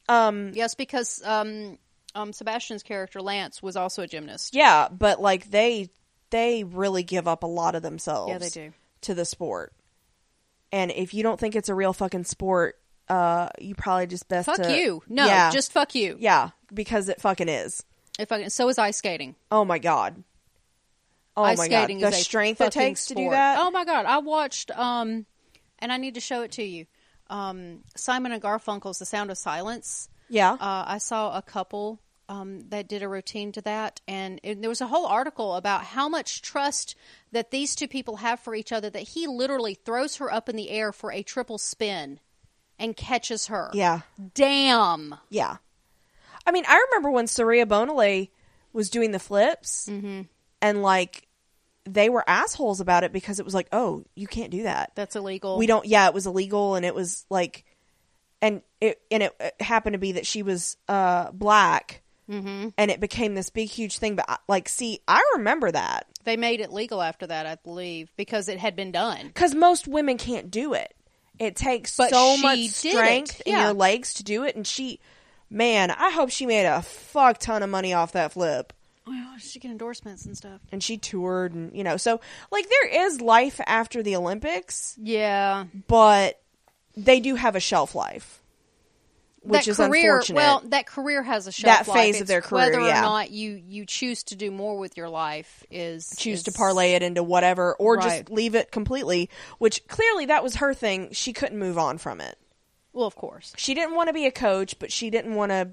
A: um
B: Yes, because um, um, Sebastian's character Lance was also a gymnast.
A: yeah but like they they really give up a lot of themselves
B: Yeah, they do.
A: to the sport and if you don't think it's a real fucking sport uh you probably just best
B: Fuck
A: to-
B: you. No,
A: yeah,
B: just fuck you.
A: yeah because it fucking is
B: If I, so is ice skating.
A: oh my god oh
B: ice
A: my god
B: skating
A: the
B: is a
A: strength it
B: fucking
A: takes to do
B: sport.
A: that
B: Oh my god, I watched um and I need to show it to you. Um Simon and Garfunkel's The Sound of Silence.
A: yeah
B: Uh I saw a couple um that did a routine to that and it, there was a whole article about how much trust that these two people have for each other that he literally throws her up in the air for a triple spin and catches her.
A: yeah
B: Damn.
A: Yeah. I mean, I remember when Saria Bonale was doing the flips and like they were assholes about it because it was like, oh, you can't do that.
B: That's illegal.
A: We don't, yeah, it was illegal and it was like, and it, and it, it happened to be that she was, uh, black and it became this big, huge thing. But I, like, see, I remember that
B: they made it legal after that, I believe, because it had been done.
A: because most women can't do it. It takes
B: But
A: so
B: she
A: much
B: did it.
A: strength in
B: Yeah.
A: your legs to do it. And she, man, I hope she made a fuck ton of money off that flip.
B: Well, she get endorsements and stuff.
A: and she toured and you know so like there is life after the olympics
B: Yeah.
A: but they do have a shelf life which is unfortunate
B: Well, that career has a shelf
A: That
B: life.
A: phase of
B: It's
A: their career,
B: whether
A: yeah.
B: or not you you choose to do more with your life is
A: choose to
B: is-
A: parlay it into whatever or just
B: Right.
A: leave it completely which clearly that was her thing she couldn't move on from it
B: Well, of course,
A: she didn't want to be a coach but she didn't want to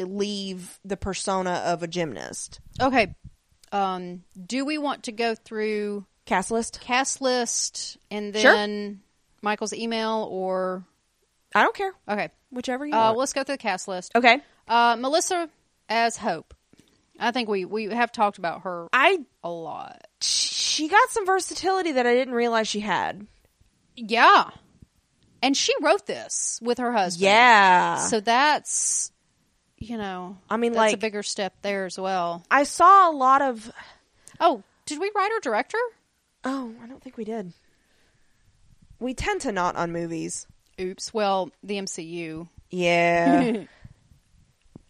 A: leave the persona of a gymnast
B: okay. Um, do we want to go through
A: cast list
B: cast list and
A: Sure.
B: then Michael's email or
A: i don't care
B: okay?
A: whichever you
B: Uh,
A: want
B: let's go through the cast list.
A: okay
B: Uh, Melissa as Hope. I think we we have talked about her
A: i
B: a lot.
A: she got some versatility that i didn't realize she had
B: Yeah, and she wrote this with her husband.
A: yeah
B: So that's, you know,
A: I mean,
B: that's a
A: like-
B: bigger step there as well.
A: I saw a lot of.
B: Oh, did we write or director?
A: Oh, I don't think we did. We tend to not on movies.
B: Oops. Well, the MCU.
A: Yeah.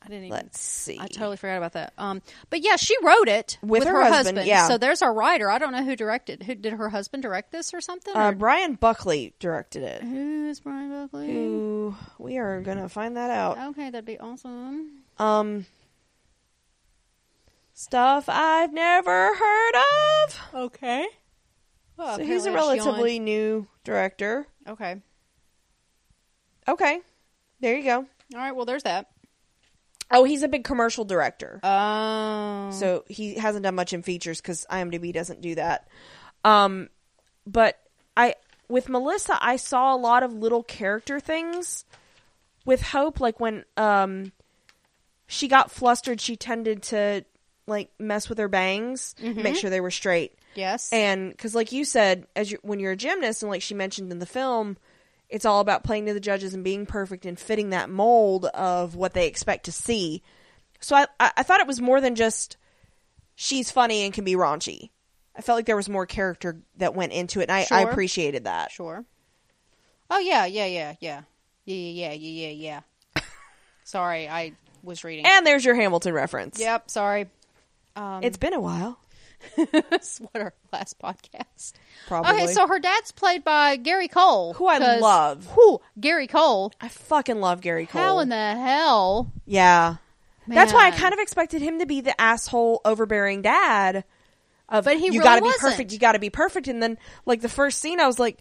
B: I didn't even.
A: Let's see.
B: I totally forgot about that. Um, but yeah, she wrote it
A: With her husband, yeah.
B: So there's our writer. I don't know who directed. Who did her husband direct this or something?
A: Uh,
B: Or-
A: Brian Buckley directed it.
B: who is Brian Buckley?
A: Ooh, we are gonna find that out.
B: Okay, that'd be awesome.
A: Um, stuff I've never heard of.
B: Okay. Well,
A: so he's a
B: apparently I yawned.
A: relatively new director.
B: okay.
A: Okay, there you go.
B: All right. Well, there's that.
A: Oh, he's a big commercial director.
B: Um.
A: Oh. So he hasn't done much in features because IMDb doesn't do that. Um, but I with Melissa, I saw a lot of little character things, with Hope, like when um she got flustered, she tended to like mess with her bangs, make sure they were straight.
B: Yes.
A: And because, like you said, as you, when you're a gymnast, and like she mentioned in the film, it's all about playing to the judges and being perfect and fitting that mold of what they expect to see. So I, I, I thought it was more than just she's funny and can be raunchy. I felt like there was more character that went into it, and I, I
B: Sure.
A: appreciated that.
B: Sure. Oh yeah, yeah, yeah, yeah, yeah, yeah, yeah, yeah, yeah. yeah. sorry, I was reading.
A: And there's your Hamilton reference.
B: yep, sorry. Um,
A: It's been a while.
B: it's what our last podcast.
A: Probably.
B: Okay, so her dad's played by Gary Cole,
A: Who I
B: 'cause-
A: love.
B: Whew, Gary Cole.
A: I fucking love Gary Cole.
B: How in the hell?
A: Yeah. That's why I
B: Man.
A: kind of expected him to be the asshole, overbearing dad. Of,
B: But he
A: you
B: really
A: gotta be
B: wasn't.
A: perfect. You got to be perfect. And then, like the first scene, I was like,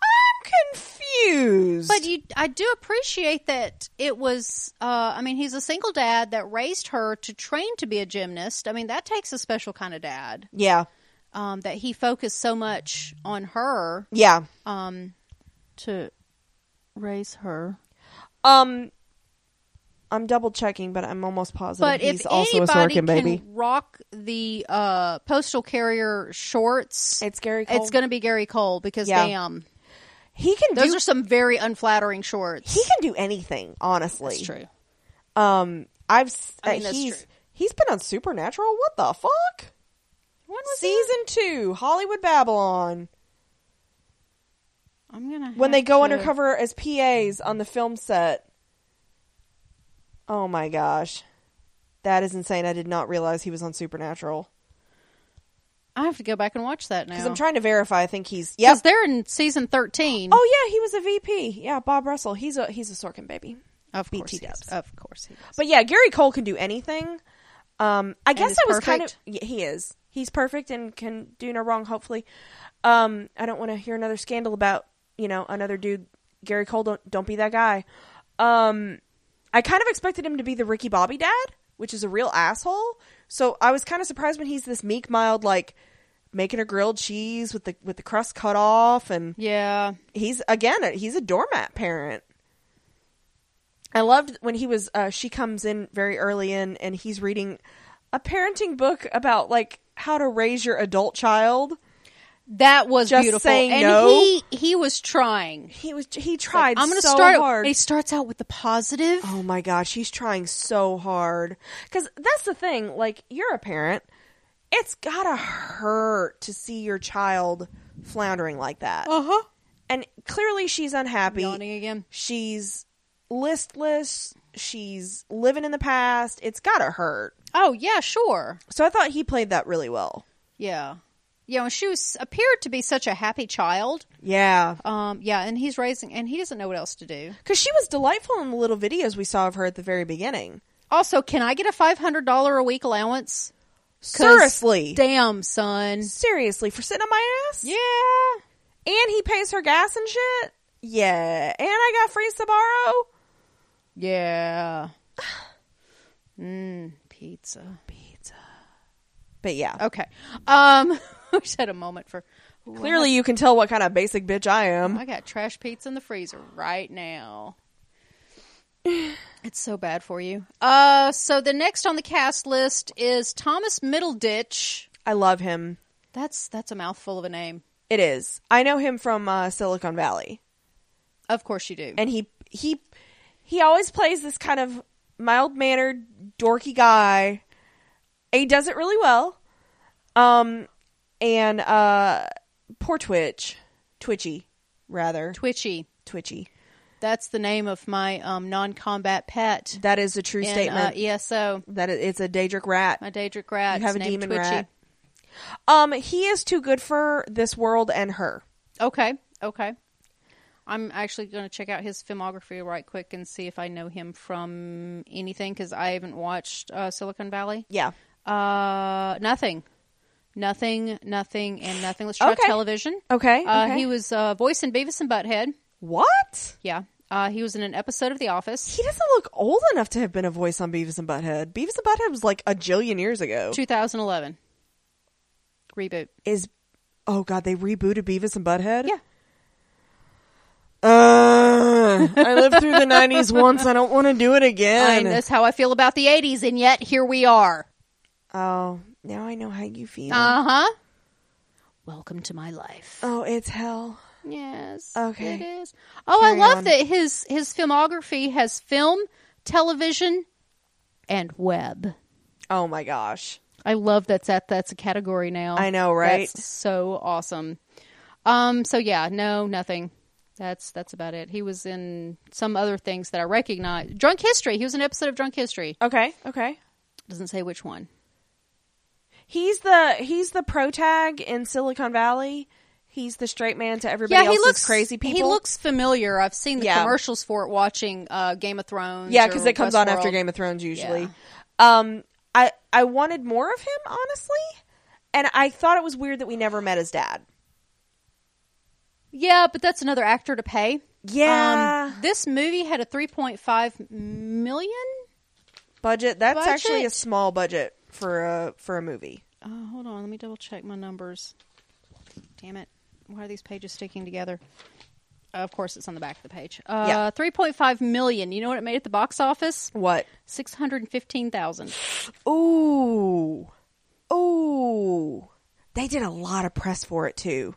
A: I'm confused.
B: But you, I do appreciate that it was. Uh, I mean, he's a single dad that raised her to train to be a gymnast. I mean, that takes a special kind of dad.
A: yeah,
B: Um, that he focused so much on her
A: yeah.
B: um to raise her.
A: Um, I'm double checking, but I'm almost positive
B: But
A: he's
B: if
A: also a
B: anybody
A: Sorkin
B: can
A: baby.
B: rock the uh, postal carrier shorts,
A: It's Gary Cole.
B: it's going to be Gary Cole because
A: Yeah.
B: damn,
A: He can
B: those
A: do.
B: are some very unflattering shorts.
A: he can do anything. Honestly,
B: That's true.
A: Um, I've. s-
B: I mean,
A: uh,
B: that's
A: he's
B: true.
A: he's been on Supernatural. What the fuck?
B: When was he?
A: Season two, Hollywood Babylon.
B: I'm gonna
A: when they
B: have
A: go
B: to-
A: undercover as PAs on the film set. Oh my gosh. That is insane. I did not realize he was on Supernatural.
B: I have to go back and watch that now
A: Because I'm trying to verify. I think he's.
B: because
A: Yep.
B: they're in season thirteen.
A: Oh yeah, he was a VP. Yeah, Bob Russell. He's a he's a Sorkin baby.
B: of
A: BT
B: course, he
A: dubs.
B: is. of course, he is.
A: But yeah, Gary Cole can do anything. Um, I guess
B: is
A: I was kind of
B: perfect.
A: yeah, he is. He's perfect and can do no wrong. Hopefully, um, I don't want to hear another scandal about you know another dude. Gary Cole, don't don't be that guy. Um, I kind of expected him to be the Ricky Bobby dad, which is a real asshole. So I was kind of surprised when he's this meek, mild, like making a grilled cheese with the with the crust cut off, and
B: Yeah,
A: he's again a- he's a doormat parent i loved when he was uh, she comes in very early in and he's reading a parenting book about like how to raise your adult child
B: that was
A: Just
B: beautiful.
A: saying
B: and
A: no.
B: he he was trying.
A: he was he tried
B: I'm gonna
A: so
B: start.
A: hard
B: He starts out with the positive.
A: oh my gosh he's trying so hard because that's the thing like you're a parent it's gotta hurt to see your child floundering like that
B: Uh huh.
A: and clearly she's unhappy
B: Yawning again.
A: she's listless she's living in the past it's gotta hurt
B: Oh yeah, sure.
A: so i thought he played that really well
B: Yeah, yeah. When she was appeared to be such a happy child.
A: yeah
B: Um, yeah, and he's raising, and he doesn't know what else to do.
A: because she was delightful in the little videos we saw of her at the very beginning
B: Also, can I get a five hundred dollar a week allowance? 'Cause
A: seriously
B: damn son.
A: seriously for sitting on my ass
B: Yeah,
A: and he pays her gas and shit yeah and i got free sabaro
B: yeah. Mm, pizza.
A: pizza but yeah
B: Okay. Um, we just had a moment for. Ooh, I
A: clearly you can tell what kind of basic bitch i am
B: I got trash pizza in the freezer right now. It's so bad for you. Uh, so the next on the cast list is Thomas Middleditch.
A: i love him
B: That's that's a mouthful of a name.
A: it is i know him from uh, silicon valley
B: Of course you do.
A: and he he he always plays this kind of mild mannered dorky guy he does it really well um and uh poor twitch twitchy rather
B: Twitchy.
A: twitchy
B: That's the name of my um, non-combat pet
A: that is a true
B: in,
A: statement
B: Uh, ESO.
A: that it- it's a daedric rat
B: My Daedric rat.
A: you have a
B: It's named
A: demon
B: Twitchy.
A: rat um he is too good for this world and her
B: Okay. Okay. I'm actually going to check out his filmography right quick and see if I know him from anything because I haven't watched uh, Silicon Valley.
A: yeah
B: Uh, nothing, nothing, nothing, and nothing. Let's try
A: Okay.
B: television.
A: okay,
B: Uh,
A: okay.
B: He was uh, voice in Beavis and Butthead.
A: what
B: Yeah. Uh, he was in an episode of The Office,
A: he doesn't look old enough to have been a voice on Beavis and Butthead. Beavis and Butthead was like a jillion years ago.
B: 2011 reboot.
A: is oh god they rebooted beavis and butthead
B: Yeah.
A: uh, Uh, I lived through the 90s once. I don't want to do it
B: I,
A: again.
B: that's how I feel about the 80s, and yet here we are.
A: Oh, now I know how you feel.
B: Uh huh. Welcome to my life.
A: oh, it's hell.
B: Yes.
A: Okay.
B: It is. Oh,
A: Carry
B: I love
A: on.
B: that his his filmography has film, television, and web.
A: Oh my gosh.
B: I love that's that that's a category now.
A: I know, right?
B: That's so awesome. Um. So yeah, no, nothing. That's that's about it. He was in some other things that I recognize. Drunk History. He was in an episode of Drunk History.
A: Okay, okay.
B: Doesn't say which one.
A: He's the he's the pro tag in Silicon Valley. He's the straight man to everybody else's crazy people.
B: He looks familiar. I've seen the
A: Yeah.
B: commercials for it watching uh, Game of Thrones.
A: yeah,
B: because
A: because it comes on after Game of Thrones usually.
B: Yeah.
A: Um, I I wanted more of him honestly, and I thought it was weird that we never met his dad.
B: Yeah, but that's another actor to pay.
A: Yeah,
B: Um, this movie had a 3.5 million.
A: budget. That's actually a
B: budget?
A: small budget for a for a movie.
B: Oh, hold on, let me double check my numbers. Damn it. Why are these pages sticking together? Uh, of course, it's on the back of the page. Uh,
A: Yeah.
B: 3.5 million. You know what it made at the box office?
A: What?
B: 615,000.
A: Ooh, ooh. They did a lot of press for it too.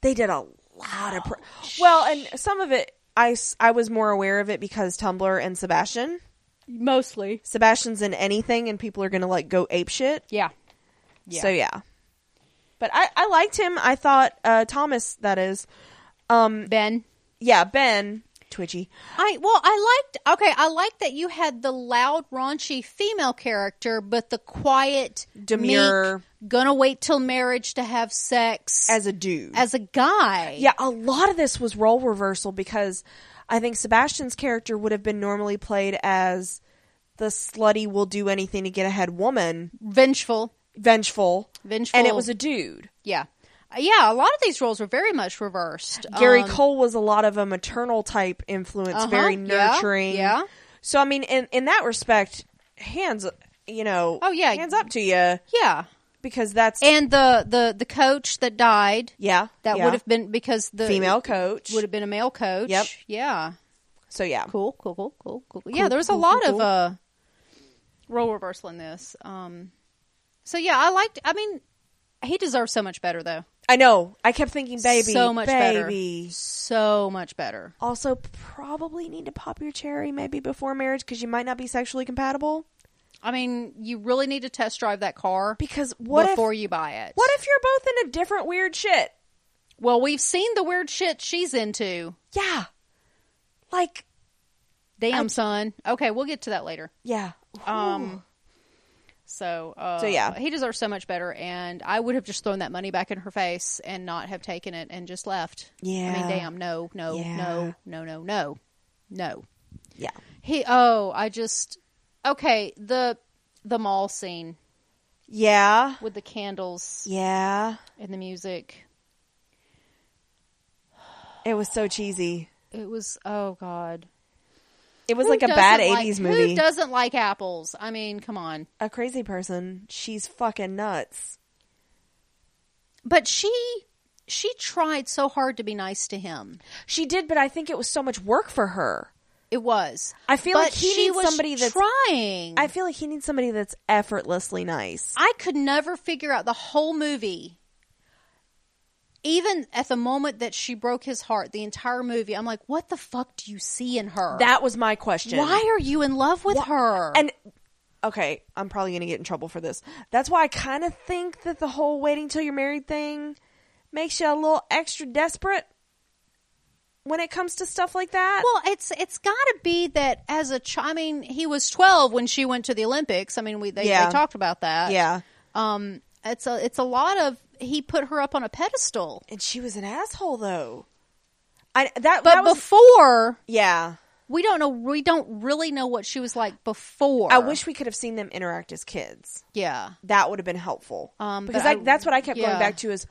A: They did a lot of press. Well, and some of it, I s- I was more aware of it because Tumblr and Sebastian.
B: Mostly.
A: Sebastian's in anything, and people are gonna like go ape shit.
B: Yeah. Yeah.
A: So yeah. But I, I liked him. I thought uh, Thomas, that is, um,
B: Ben.
A: yeah, Ben Twitchy.
B: Mm. I well, I liked okay. I liked that you had the loud, raunchy female character, but the quiet,
A: Demure.
B: meek, gonna wait till marriage to have sex
A: as a dude.
B: as a guy.
A: yeah, a lot of this was role reversal because I think Sebastian's character would have been normally played as the slutty will do anything to get ahead woman,
B: vengeful,
A: vengeful,
B: vengeful.
A: and it was a dude.
B: yeah, Uh, yeah. A lot of these roles were very much reversed.
A: Gary
B: Um,
A: Cole was a lot of a maternal type influence,
B: Uh-huh,
A: very
B: yeah,
A: nurturing.
B: yeah.
A: So I mean, in in that respect, hands, you know,
B: Oh, yeah.
A: hands up to you
B: yeah,
A: because that's
B: and the the the coach that died.
A: yeah,
B: That
A: yeah.
B: would have been because the
A: female coach.
B: would have been a male coach.
A: Yep.
B: Yeah.
A: so yeah,
B: cool, cool, cool, cool, cool. Yeah, there was a
A: cool,
B: lot
A: cool, cool.
B: of uh, role reversal in this. Um, so yeah, I liked. I mean, he deserves so much better though.
A: I know. I kept thinking, baby,
B: so much
A: baby.
B: better. So much better.
A: Also, probably need to pop your cherry maybe before marriage because you might not be sexually compatible.
B: I mean, you really need to test drive that car
A: Because what
B: before
A: if
B: you buy it.
A: what if you're both in a different weird shit?
B: Well, we've seen the weird shit she's into.
A: Yeah, like
B: Damn, son. Okay, we'll get to that later.
A: yeah.
B: Um, so, uh,
A: So, yeah.
B: he deserves so much better. And I would have just thrown that money back in her face and not have taken it and just left. I
A: Yeah.
B: mean, damn, no, no,
A: Yeah.
B: no, no, no, no, no.
A: yeah.
B: He. Oh, I just. Okay, the the mall scene
A: Yeah.
B: with the candles
A: Yeah.
B: and the music.
A: It was so cheesy.
B: It was. Oh God.
A: It was
B: Who
A: like a
B: doesn't
A: bad
B: like-
A: 80s movie.
B: Who doesn't like apples? I mean, come on.
A: a crazy person. She's fucking nuts.
B: But she she tried so hard to be nice to him.
A: She did, but I think it was so much work for her.
B: It was.
A: I feel
B: but
A: like he
B: she
A: needs
B: was
A: somebody that's
B: trying.
A: I feel like he needs somebody that's effortlessly nice.
B: I could never figure out the whole movie. Even at the moment that she broke his heart, the entire movie, I'm like, what the fuck do you see in her?
A: That was my question.
B: Why are you in love with her?
A: And okay, I'm probably going to get in trouble for this. That's why I kind of think that the whole waiting till you're married thing makes you a little extra desperate when it comes to stuff like that.
B: Well, it's it's got to be that as a child. I mean, he was twelve when she went to the Olympics. I mean, we they,
A: Yeah.
B: they talked about that.
A: yeah.
B: Um. It's a it's a lot of he put her up on a pedestal,
A: And she was an asshole though. I that
B: but
A: that was
B: before
A: yeah.
B: we don't know we don't really know what she was like before.
A: I wish we could have seen them interact as kids.
B: Yeah.
A: That would have been helpful.
B: Um,
A: because
B: but
A: I,
B: I-
A: that's what I kept going
B: yeah.
A: back to is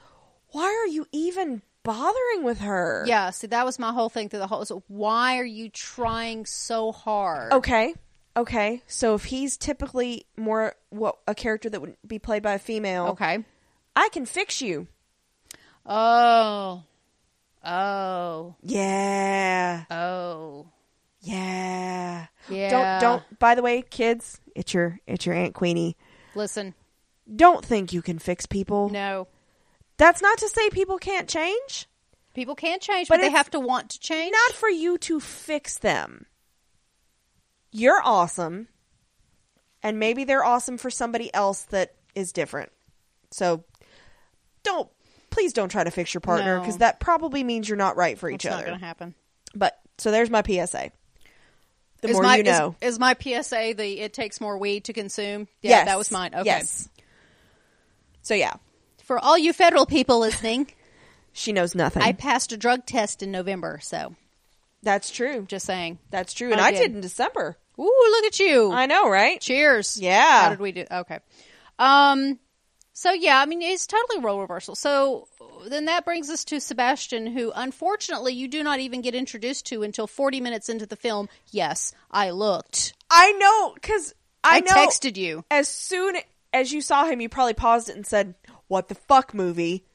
A: why are you even bothering with her?
B: Yeah, see, that was my whole thing through the whole. So why are you trying so hard?
A: Okay. Okay. So if he's typically more what a character that would be played by a female,
B: Okay.
A: I can fix you.
B: Oh, oh,
A: Yeah.
B: oh. Yeah.
A: Don't. By the way, kids, it's your it's your Aunt Queenie.
B: Listen,
A: Don't think you can fix people.
B: no.
A: That's not to say people can't change.
B: People can change,
A: But
B: but, they
A: it's
B: have to want to change.
A: Not for you to fix them. You're awesome, and maybe they're awesome for somebody else that is different. So, don't please don't try to fix your partner
B: No.
A: because that probably means you're not right for
B: it's
A: each
B: not
A: other.
B: going to happen.
A: But so there's my PSA. The
B: is
A: more
B: my,
A: you
B: is-
A: know.
B: Is, my PSA the it takes more weed to consume? Yeah,
A: yes,
B: that was mine. Okay.
A: Yes. So yeah,
B: For all you federal people listening,
A: she knows nothing.
B: I passed a drug test in November, so
A: That's true.
B: just saying.
A: That's true. And I,
B: I
A: did.
B: did.
A: in December.
B: Ooh, look at you.
A: I know, right?
B: Cheers.
A: Yeah.
B: How did we do? Okay. Um. So yeah, I mean it's totally role reversal. So then that brings us to Sebastian, who unfortunately you do not even get introduced to until forty minutes into the film. Yes, I looked.
A: I know because I,
B: I
A: know.
B: texted you.
A: as soon as you saw him, you probably paused it and said, "What the fuck movie?"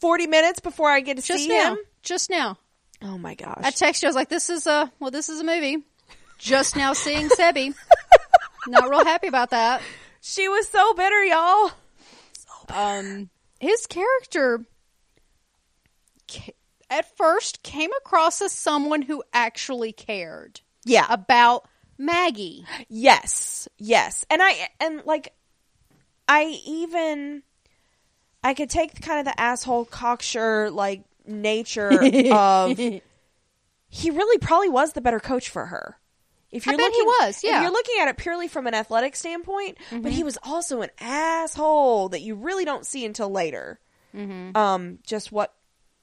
A: Forty minutes before I get to
B: just
A: see
B: now.
A: him.
B: Just now.
A: Oh my gosh!
B: I texted you. I was like, "This is a well, this is a movie." Just now seeing Sebi. Not real happy about that.
A: she was so bitter, y'all.
B: Um, his character ca- at first came across as someone who actually cared
A: Yeah.
B: about Maggie.
A: Yes. Yes. And I and like I even I could take kind of the asshole cocksure like nature of he really probably was the better coach for her. If
B: I
A: you're
B: bet he
A: looking
B: was, yeah. Mm-hmm.
A: if you're looking at it purely from an athletic standpoint, but he was also an asshole that you really don't see until later.
B: Mm-hmm.
A: Um just what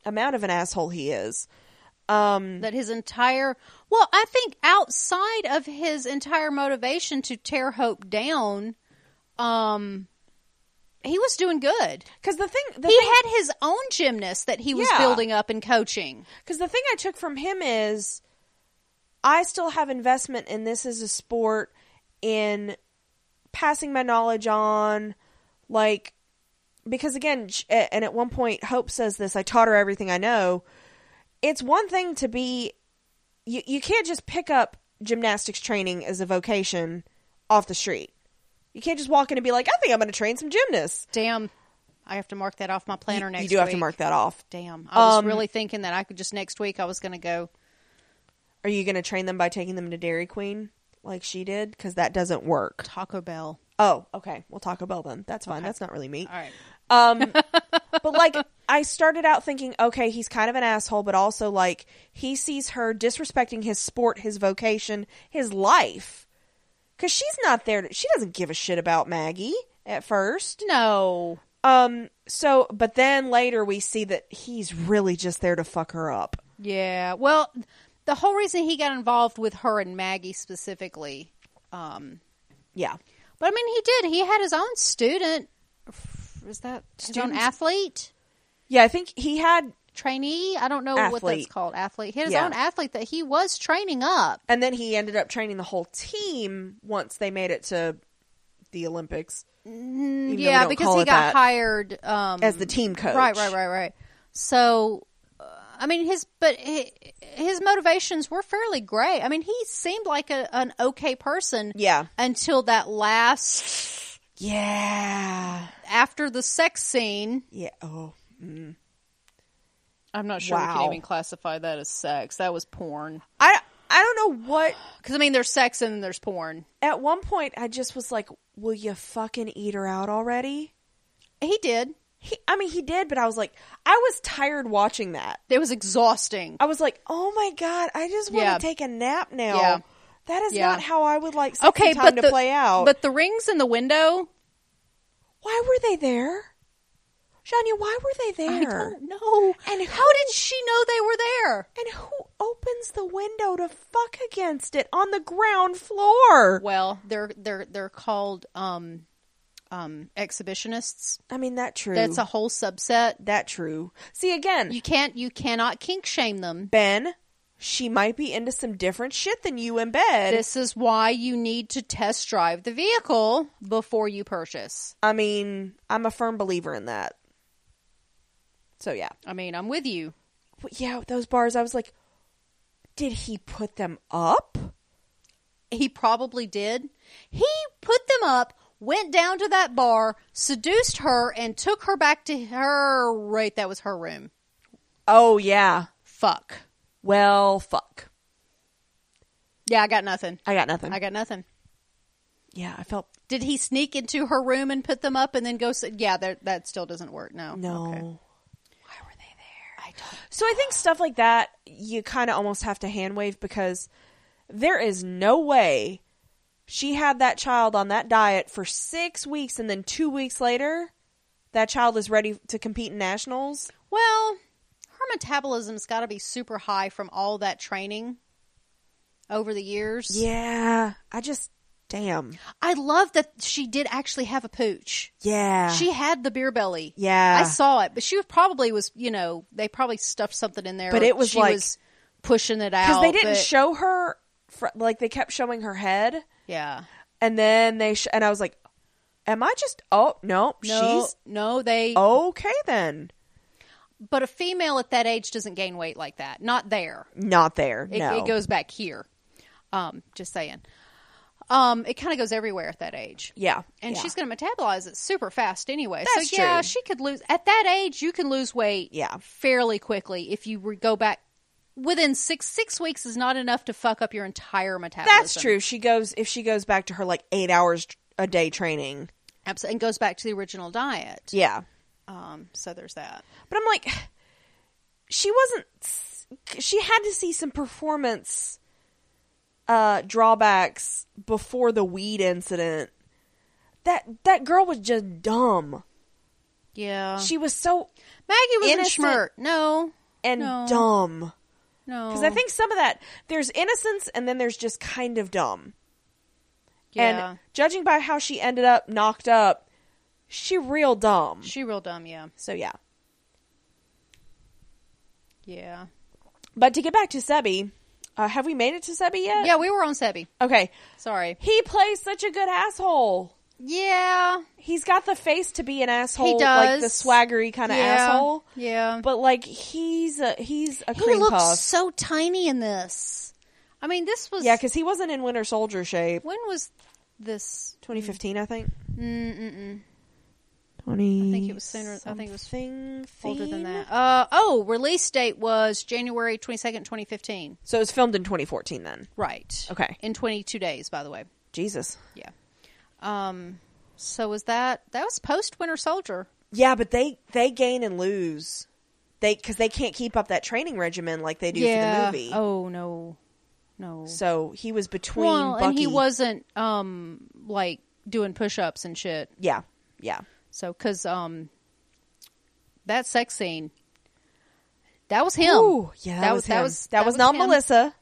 A: amount of an asshole he is. Um
B: That his entire well, I think outside of his entire motivation to tear Hope down, um, he was doing good.
A: cuz the thing the
B: He
A: thing,
B: had his own gymnast that he was
A: Yeah.
B: building up and coaching.
A: Because the thing I took from him is I still have investment in this as a sport, in passing my knowledge on. Like, because again, sh- a- and at one point, Hope says this I taught her everything I know. It's one thing to be, you, you can't just pick up gymnastics training as a vocation off the street. You can't just walk in and be like, I think I'm going to train some gymnasts.
B: Damn, I have to mark that off my planner next.
A: you do have to
B: week.
A: mark that off.
B: Damn, I was
A: Um,
B: really thinking that I could just next week I was going to go.
A: Are you going to train them by taking them to Dairy Queen like she did? Because that doesn't work.
B: Taco Bell.
A: Oh, okay. Well, Taco Bell then. That's fine. That's not really meat.
B: All right.
A: Um, but like, I started out thinking, okay, he's kind of an asshole, but also like he sees her disrespecting his sport, his vocation, his life, because she's not there. To, she doesn't give a shit about Maggie at first.
B: No.
A: Um, so but then later we see that he's really just there to fuck her up.
B: Yeah. Well, the whole reason he got involved with her and Maggie specifically, um,
A: Yeah.
B: but I mean, he did. He had his own student. Is that his own
A: Student?
B: athlete?
A: Yeah, I think he had,
B: Trainee? I don't know what that's
A: Athlete.
B: called. Athlete. He had his
A: Yeah.
B: own athlete that he was training up.
A: and then he ended up training the whole team once they made it to the Olympics. though we
B: yeah,
A: don't
B: because
A: call
B: he
A: it
B: got
A: that.
B: hired um,
A: as the team coach.
B: Right, right, right, right. So, uh, I mean, his but hi- his motivations were fairly great. I mean, he seemed like a, an okay person.
A: Yeah.
B: Until that last,
A: Yeah.
B: after the sex scene,
A: Yeah. Oh.
B: I'm not sure we
A: Wow.
B: can even classify that as sex. That was porn.
A: I I don't know what
B: Because I mean, there's sex and then there's porn.
A: at one point I just was like, "Will you fucking eat her out already?"
B: He did.
A: He I mean, he did, but I was like, I was tired watching that.
B: It was exhausting.
A: I was like, "Oh my god, I just want to
B: Yeah.
A: take a nap now."
B: Yeah.
A: That is
B: Yeah.
A: not how I would like sexy
B: Okay,
A: time
B: but
A: to
B: the,
A: play out.
B: but the rings in the window.
A: why were they there? Janya, why were they there?
B: I don't know.
A: And
B: how did she know they were there?
A: And who opens the window to fuck against it on the ground floor?
B: Well, they're they're they're called um um exhibitionists.
A: I mean, that true.
B: That's a whole subset.
A: that true. See again,
B: You can't you cannot kink shame them.
A: Ben, she might be into some different shit than you in bed.
B: This is why you need to test drive the vehicle before you purchase.
A: I mean, I'm a firm believer in that. So yeah,
B: I mean, I'm with you.
A: But yeah. Those bars, I was like, did he put them up
B: he probably did. He put them up, went down to that bar, seduced her, and took her back to her. Right, that was her room.
A: Oh yeah.
B: Fuck.
A: Well, fuck.
B: Yeah, I got nothing.
A: I got nothing.
B: I got nothing.
A: yeah, I felt
B: Did he sneak into her room and put them up and then go? s yeah, that that still doesn't work. No.
A: no.
B: Okay. Why were they there? I don't.
A: So I think stuff like that you kind of almost have to hand wave because there is no way she had that child on that diet for 6 weeks and then 2 weeks later that child is ready to compete in nationals.
B: Well, her metabolism's got to be super high from all that training over the years.
A: Yeah, I just damn.
B: I love that she did actually have a pooch.
A: Yeah.
B: She had the beer belly.
A: yeah.
B: I saw it, but she probably was, you know, they probably stuffed something in there.
A: But it was
B: she
A: like-
B: was pushing it out.
A: cuz they didn't
B: but-
A: show her fr- like they kept showing her head
B: Yeah.
A: and then they sh- and I was like am I just oh no,
B: No,
A: she's Oh.
B: no, they.
A: okay then.
B: But a female at that age doesn't gain weight like that. Not there.
A: Not there.
B: It,
A: no.
B: it goes back here. Um, just saying. Um, it kind of goes everywhere at that age.
A: yeah.
B: and
A: yeah.
B: she's going to metabolize it super fast anyway.
A: That's
B: so yeah,
A: true.
B: she could lose at that age. You can lose weight,
A: Yeah.
B: fairly quickly if you re- go back within six six weeks is not enough to fuck up your entire metabolism.
A: That's true. She goes if she goes back to her like eight hours a day training.
B: Absolutely, and goes back to the original diet.
A: Yeah,
B: Um, so there's that.
A: but I'm like, she wasn't. s- She had to see some performance uh drawbacks before the weed incident. That that girl was just dumb.
B: Yeah,
A: She was so
B: Maggie was a
A: innocent-
B: schmirt. No,
A: and
B: No.
A: dumb
B: no,
A: because I think some of that there's innocence and then there's just kind of dumb.
B: yeah,
A: And judging by how she ended up knocked up, she real dumb.
B: she real dumb. Yeah,
A: So yeah.
B: yeah,
A: But to get back to Sebi, uh, have we made it to Sebi yet?
B: yeah. We were on Sebi.
A: Okay.
B: Sorry.
A: He plays such a good asshole.
B: Yeah,
A: He's got the face to be an asshole.
B: He
A: Like the
B: does.
A: swaggery kind of
B: yeah,
A: asshole.
B: Yeah,
A: But like he's a he's a
B: he
A: cream
B: looks
A: puff.
B: so tiny in this. I mean, this was
A: yeah, because he wasn't in Winter Soldier shape.
B: When was this?
A: 2015, I think.
B: Mm-mm-mm.
A: Twenty.
B: I think it was sooner- I think it was
A: something
B: Older than
A: theme.
B: that. Uh, oh, release date was January twenty second, twenty fifteen.
A: So it was filmed in 2014. Then
B: Right.
A: Okay.
B: In twenty two days, by the way.
A: Jesus.
B: Yeah. Um. So was that that was post Winter Soldier?
A: Yeah, but they they gain and lose. They because they can't keep up that training regimen like they do for the movie.
B: Oh no, no.
A: So he was between
B: well,
A: Bucky.
B: and he wasn't um like doing push ups and shit.
A: Yeah, yeah,
B: So because um that sex scene. That was him.
A: Ooh, yeah. That, was, that was that, was, not
B: him.
A: Melissa.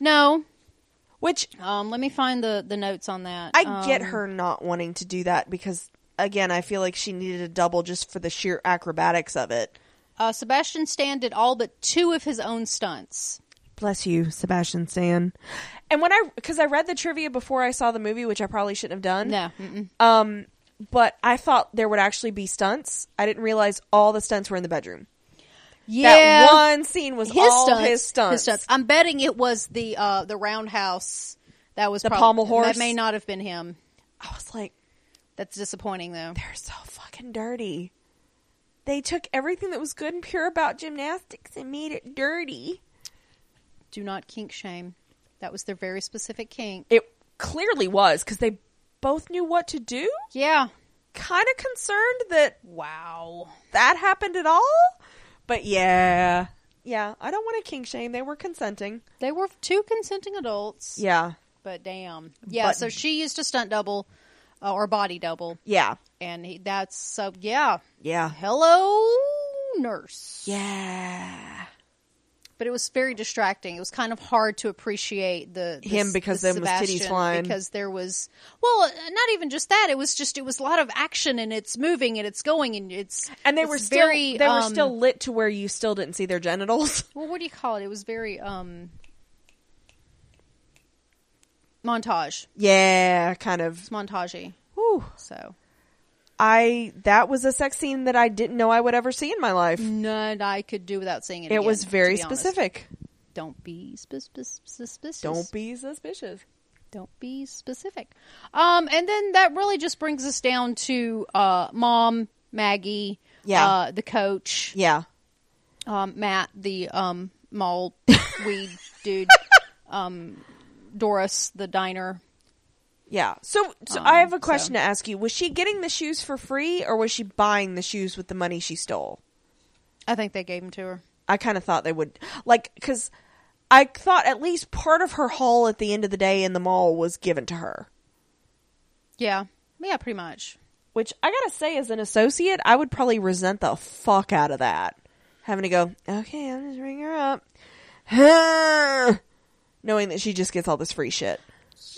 B: No,
A: Which
B: Um, let me find the the notes on that.
A: I
B: Um,
A: get her not wanting to do that because again, I feel like she needed a double just for the sheer acrobatics of it.
B: Uh, Sebastian Stan did all but two of his own stunts.
A: Bless you, Sebastian Stan. And when I because I read the trivia before I saw the movie, which I probably shouldn't have done.
B: No, mm-mm.
A: Um, but I thought there would actually be stunts. I didn't realize all the stunts were in the bedroom.
B: yeah,
A: That one scene was all his stunts.
B: I'm betting it was the uh the roundhouse that was
A: The
B: prob-
A: pommel horse?
B: That may not have been him.
A: I was like,
B: That's disappointing though.
A: They're so fucking dirty. They took everything that was good and pure about gymnastics and made it dirty.
B: Do not kink shame. That was their very specific kink.
A: It clearly was because they both knew what to do.
B: Yeah.
A: Kind of concerned that
B: Wow.
A: that happened at all. But yeah. Yeah, I don't want to king shame. They were consenting.
B: They were two consenting adults.
A: Yeah.
B: But damn. Yeah.
A: But-
B: so she used a stunt double uh, or body double,
A: Yeah.
B: and he, that's so yeah.
A: Yeah.
B: hello nurse
A: Yeah.
B: but it was very distracting it was kind of hard to appreciate the, the
A: Him because
B: the
A: them was titties
B: Sebastian
A: flying.
B: because there was well uh, not even just that it was just it was a lot of action and it's moving and it's going and it's
A: And they
B: it's
A: were still
B: very
A: they were
B: um,
A: still lit to where you still didn't see their genitals.
B: well what do you call it it was very um montage
A: yeah, kind of.
B: it's montagey
A: Whew.
B: so
A: I that was a sex scene that I didn't know I would ever see in my life.
B: none i could do without seeing it
A: It
B: again,
A: was
B: to
A: very
B: be honest.
A: specific.
B: don't be suspicious
A: Don't be suspicious.
B: Don't be specific. Um, and then that really just brings us down to uh, mom, Maggie,
A: Yeah.
B: uh, the coach,
A: Yeah.
B: um, Matt, the um, mall weed dude, um, Doris, the diner.
A: Yeah. So, so
B: Um,
A: I have a question
B: so-
A: to ask you. Was she getting the shoes for free or was she buying the shoes with the money she stole?
B: I think they gave him to her.
A: I kind of thought they would like cuz I thought at least part of her haul at the end of the day in the mall was given to her.
B: Yeah, yeah, pretty much.
A: Which I gotta say, as an associate, I would probably resent the fuck out of that. Having to go, okay, I'm just ringing her up. Knowing that she just gets all this free shit.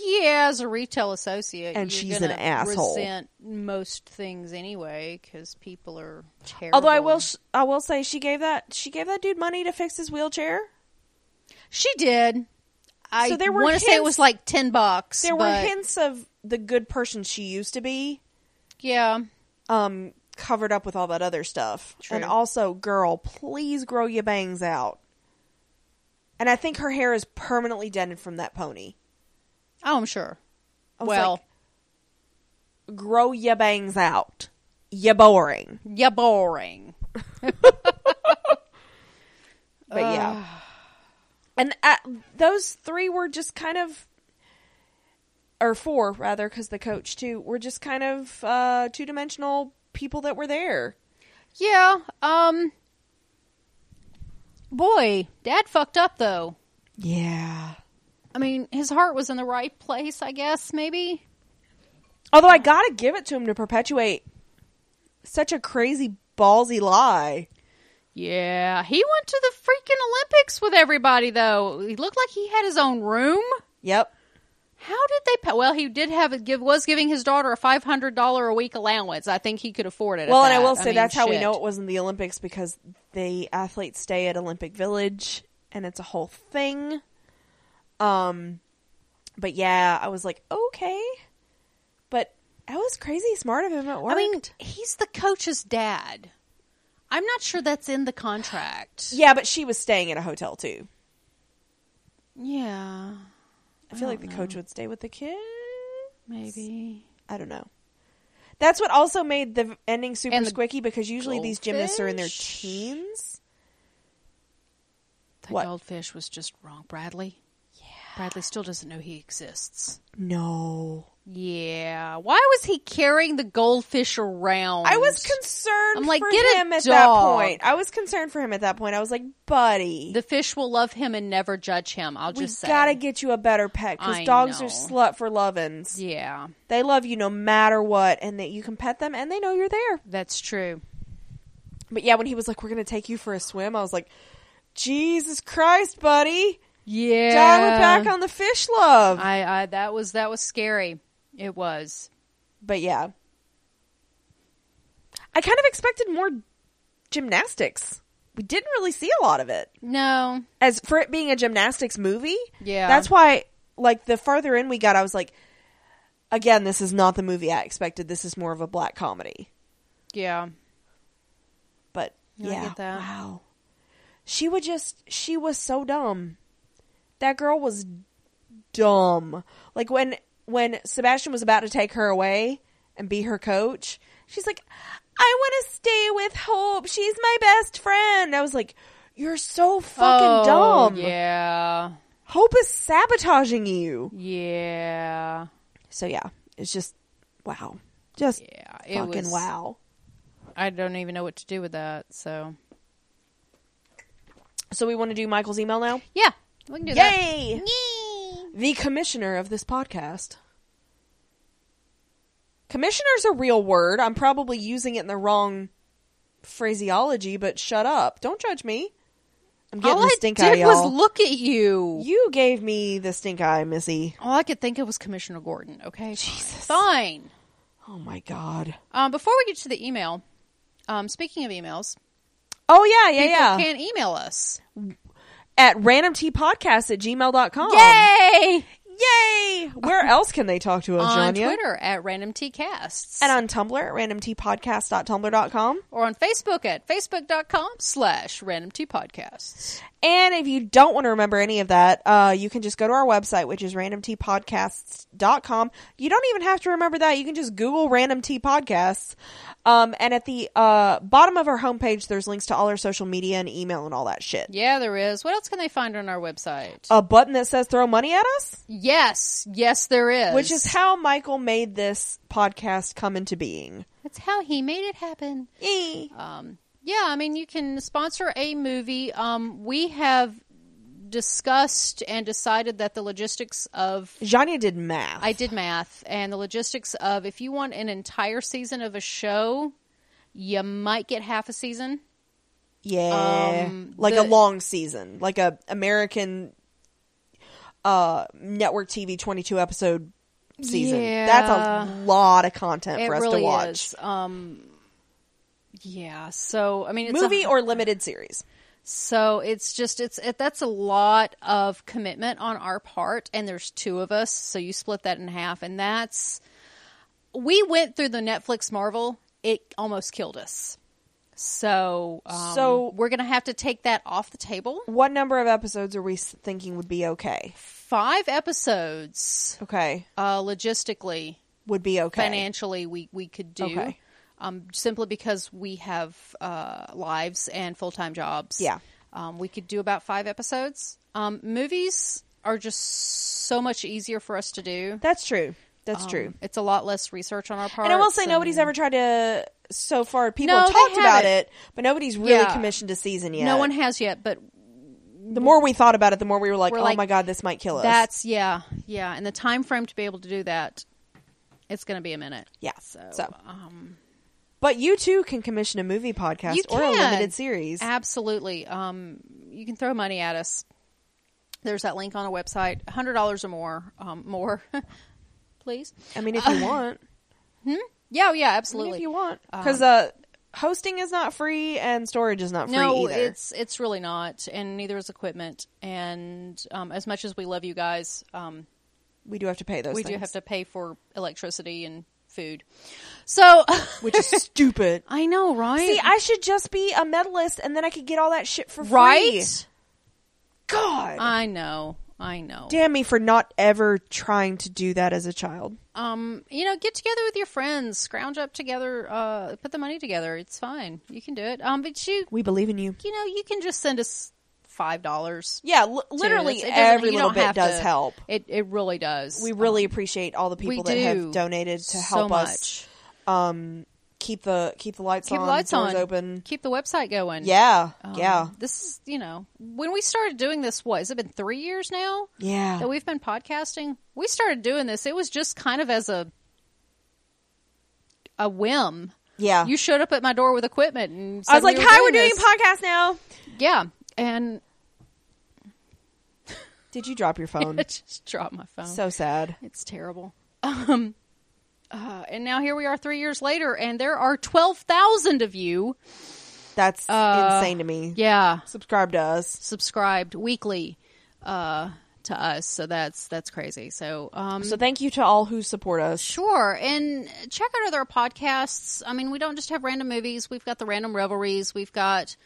B: Yeah, as a retail associate,
A: And
B: you're
A: she's an
B: gonna
A: asshole.
B: Resent most things anyway because people are. Terrible.
A: Although I will, sh- I will say she gave that she gave that dude money to fix his wheelchair.
B: She did. I
A: So
B: so
A: there
B: there
A: were
B: want to say it
A: hints-
B: was like ten bucks.
A: There were
B: but-
A: hints of the good person she used to be,
B: Yeah,
A: um, covered up with all that other stuff.
B: True.
A: And also, girl, please grow your bangs out. And I think her hair is permanently dented from that pony.
B: oh, I'm sure.
A: I was
B: Well,
A: grow your bangs out. You're boring.
B: yeah, boring.
A: But yeah. And uh, those three were just kind of, or four rather, because the coach too, were just kind of uh, two dimensional people that were there.
B: Yeah. Um. Boy, Dad fucked up though.
A: Yeah.
B: I mean, his heart was in the right place. I guess maybe.
A: Although I gotta give it to him to perpetuate such a crazy ballsy lie.
B: Yeah, he went to the freaking Olympics with everybody though. He looked like he had his own room.
A: Yep.
B: How did they? Pa- well, he did have a give was giving his daughter a five hundred dollar a week allowance. I think he could afford it. at
A: Well, and I
B: that.
A: will say
B: mean,
A: that's how we
B: shit.
A: know it wasn't the Olympics because the athletes stay at Olympic Village and it's a whole thing. Um, but yeah, I was like, okay, but that was crazy smart of him at work.
B: I mean, he's the coach's dad. I'm not sure that's in the contract.
A: yeah, but she was staying at a hotel too.
B: Yeah,
A: I feel like the coach would stay with the kid.
B: maybe.
A: I don't know. That's what also made the ending super
B: And the
A: squicky because usually these gymnasts are in their
B: goldfish?
A: teens.
B: The
A: What?
B: goldfish was just wrong, Bradley. Yeah. Bradley still doesn't know he exists.
A: No,
B: Yeah. Why was he carrying the goldfish around?
A: I was concerned
B: I'm like,
A: for
B: get a
A: him at
B: dog.
A: that point. I was concerned for him at that point. I was like, buddy,
B: the fish will love him and never judge him. I'll
A: we
B: just say.
A: gotta get you a better pet because
B: I
A: dogs are
B: know.
A: slut for lovin's.
B: yeah,
A: They love you no matter what, and that you can pet them and they know you're there.
B: that's true.
A: But yeah, when he was like, we're gonna take you for a swim, I was like, Jesus Christ, buddy,
B: Yeah.
A: dial it back on the fish love.
B: I, I that was that was scary. It was.
A: but yeah, I kind of expected more gymnastics. We didn't really see a lot of it.
B: No.
A: as for it being a gymnastics movie.
B: Yeah.
A: That's why like the farther in we got, I was like again, this is not the movie I expected. This is more of a black comedy.
B: Yeah.
A: But
B: No, I
A: yeah.
B: get that.
A: Wow. She would just she was so dumb. That girl was dumb. Like when when Sebastian was about to take her away and be her coach, she's like, "I want to stay with Hope. She's my best friend." I was like, "You're so fucking
B: Oh,
A: dumb."
B: Yeah.
A: Hope is sabotaging you.
B: Yeah.
A: So yeah, it's just wow, just
B: Yeah. It
A: fucking
B: was,
A: wow.
B: I don't even know what to do with that. So
A: So we want to do Michael's email now.
B: yeah, we can do that.
A: Yay! The commissioner of this podcast. Commissioner's a real word. I'm probably using it in the wrong phraseology, but shut up. Don't judge me. I'm getting
B: All
A: the
B: I
A: stink eye,
B: did
A: y'all.
B: was look at you.
A: you gave me the stink eye, Missy.
B: All I could think of was Commissioner Gordon. Okay,
A: Jesus.
B: fine.
A: Oh my god.
B: Um, before we get to the email, um, speaking of emails,
A: Oh yeah, yeah, yeah.
B: people can email us.
A: At randomtpodcast at gmail.com.
B: Yay!
A: Yay! Yay! Where else can they talk to us,
B: on
A: Janya?
B: Twitter at randomtcasts
A: And on Tumblr at randomtpodcast.tumblr.com.
B: or on Facebook at facebook.com slash randomtpodcasts.
A: And if you don't want to remember any of that, uh, you can just go to our website, which is randomtpodcasts.com. You don't even have to remember that. You can just Google Random Tea Podcasts. Um, and at the uh, bottom of our homepage, there's links to all our social media and email and all that shit.
B: Yeah, there is. What else can they find on our website?
A: A button that says throw money at us,
B: yes, yes, there is.
A: which is how Michael made this podcast come into being.
B: that's how he made it happen.
A: Yay.
B: Um, yeah, I mean, you can sponsor a movie. Um, we have discussed and decided that the logistics of
A: Janya did math.
B: I did math and the logistics of if you want an entire season of a show, you might get half a season.
A: Yeah.
B: Um,
A: like
B: the-
A: a long season, like a American uh network TV 22 episode season. That's a lot of content
B: It
A: for us
B: really
A: to watch.
B: is. Um, yeah, so I mean, it's
A: Movie
B: a,
A: or limited series.
B: so it's just it's it, that's a lot of commitment on our part, and there's two of us, so you split that in half, and that's we went through the Netflix Marvel. It almost killed us. So, um,
A: So-
B: we're gonna have to take that off the table.
A: What number of episodes are we s- thinking would be okay?
B: Five episodes,
A: Okay.
B: uh, logistically,
A: Would be okay.
B: financially we we could do
A: Okay.
B: um, simply because we have uh, lives and full time jobs.
A: Yeah.
B: um, we could do about five episodes. Um, movies are just so much easier for us to do.
A: That's true. That's
B: Um,
A: true.
B: It's a lot less research on our part.
A: And I will say
B: and-
A: nobody's ever tried to so far people
B: No,
A: have
B: they
A: talked about
B: haven't.
A: it, but nobody's really
B: Yeah.
A: commissioned a season yet.
B: No one has yet, but
A: the more we thought about it, the more we were like,
B: We're
A: "Oh
B: like,
A: my god, this might kill us."
B: that's yeah, yeah, and the time frame to be able to do that, it's going to be a minute.
A: Yeah,
B: So,
A: so.
B: um,
A: But you too can commission a movie podcast
B: You
A: or a
B: can.
A: limited series.
B: Absolutely. Um, you can throw money at us. There's that link on our website. Hundred dollars or more. Um, more, please.
A: I mean, if you want,
B: Yeah, oh, yeah,
A: I mean,
B: Uh, absolutely. Um,
A: if you want, because uh, hosting is not free and storage is not free
B: no,
A: either.
B: it's it's really not, and neither is equipment. And um, as much as we love you guys, um,
A: we do have to pay those.
B: we do
A: things,
B: have to pay for electricity and food. So
A: which is stupid.
B: I know, right?
A: See, I should just be a medalist, and then I could get all that shit for free.
B: right? Um,
A: God,
B: I know, I know.
A: damn me for not ever trying to do that as a child.
B: um, you know, get together with your friends, scrounge up together, uh, put the money together. It's fine. You can do it. Um, but you,
A: We believe in you.
B: you know, you can just send us five dollars.
A: Yeah, l- literally every little bit does help.
B: It it really does.
A: We really appreciate all the people that have donated to help
B: so
A: us
B: Much.
A: um, keep the keep the lights
B: Keep
A: on,
B: the lights
A: doors
B: on.
A: open.
B: Keep the website going.
A: Yeah,
B: Um,
A: yeah,
B: This is you know when we started doing this. What has it been three years now
A: yeah.
B: that we've been podcasting? We started doing this. It was just kind of as a a whim.
A: Yeah.
B: You showed up at my door with equipment, and
A: I was
B: said
A: like,
B: we
A: hi, we're doing
B: this."
A: podcast now.
B: yeah." And
A: Did you drop your phone?
B: I just dropped my phone.
A: so sad.
B: It's terrible. Um, uh, and now here we are three years later, and there are 12,000 of you.
A: That's
B: Uh,
A: insane to me.
B: Yeah.
A: Subscribe to us.
B: Subscribed weekly uh, to us. So that's that's crazy. So, um,
A: So thank you to all who support us.
B: sure. And check out other podcasts. I mean, we don't just have random movies, we've got the random revelries, we've got.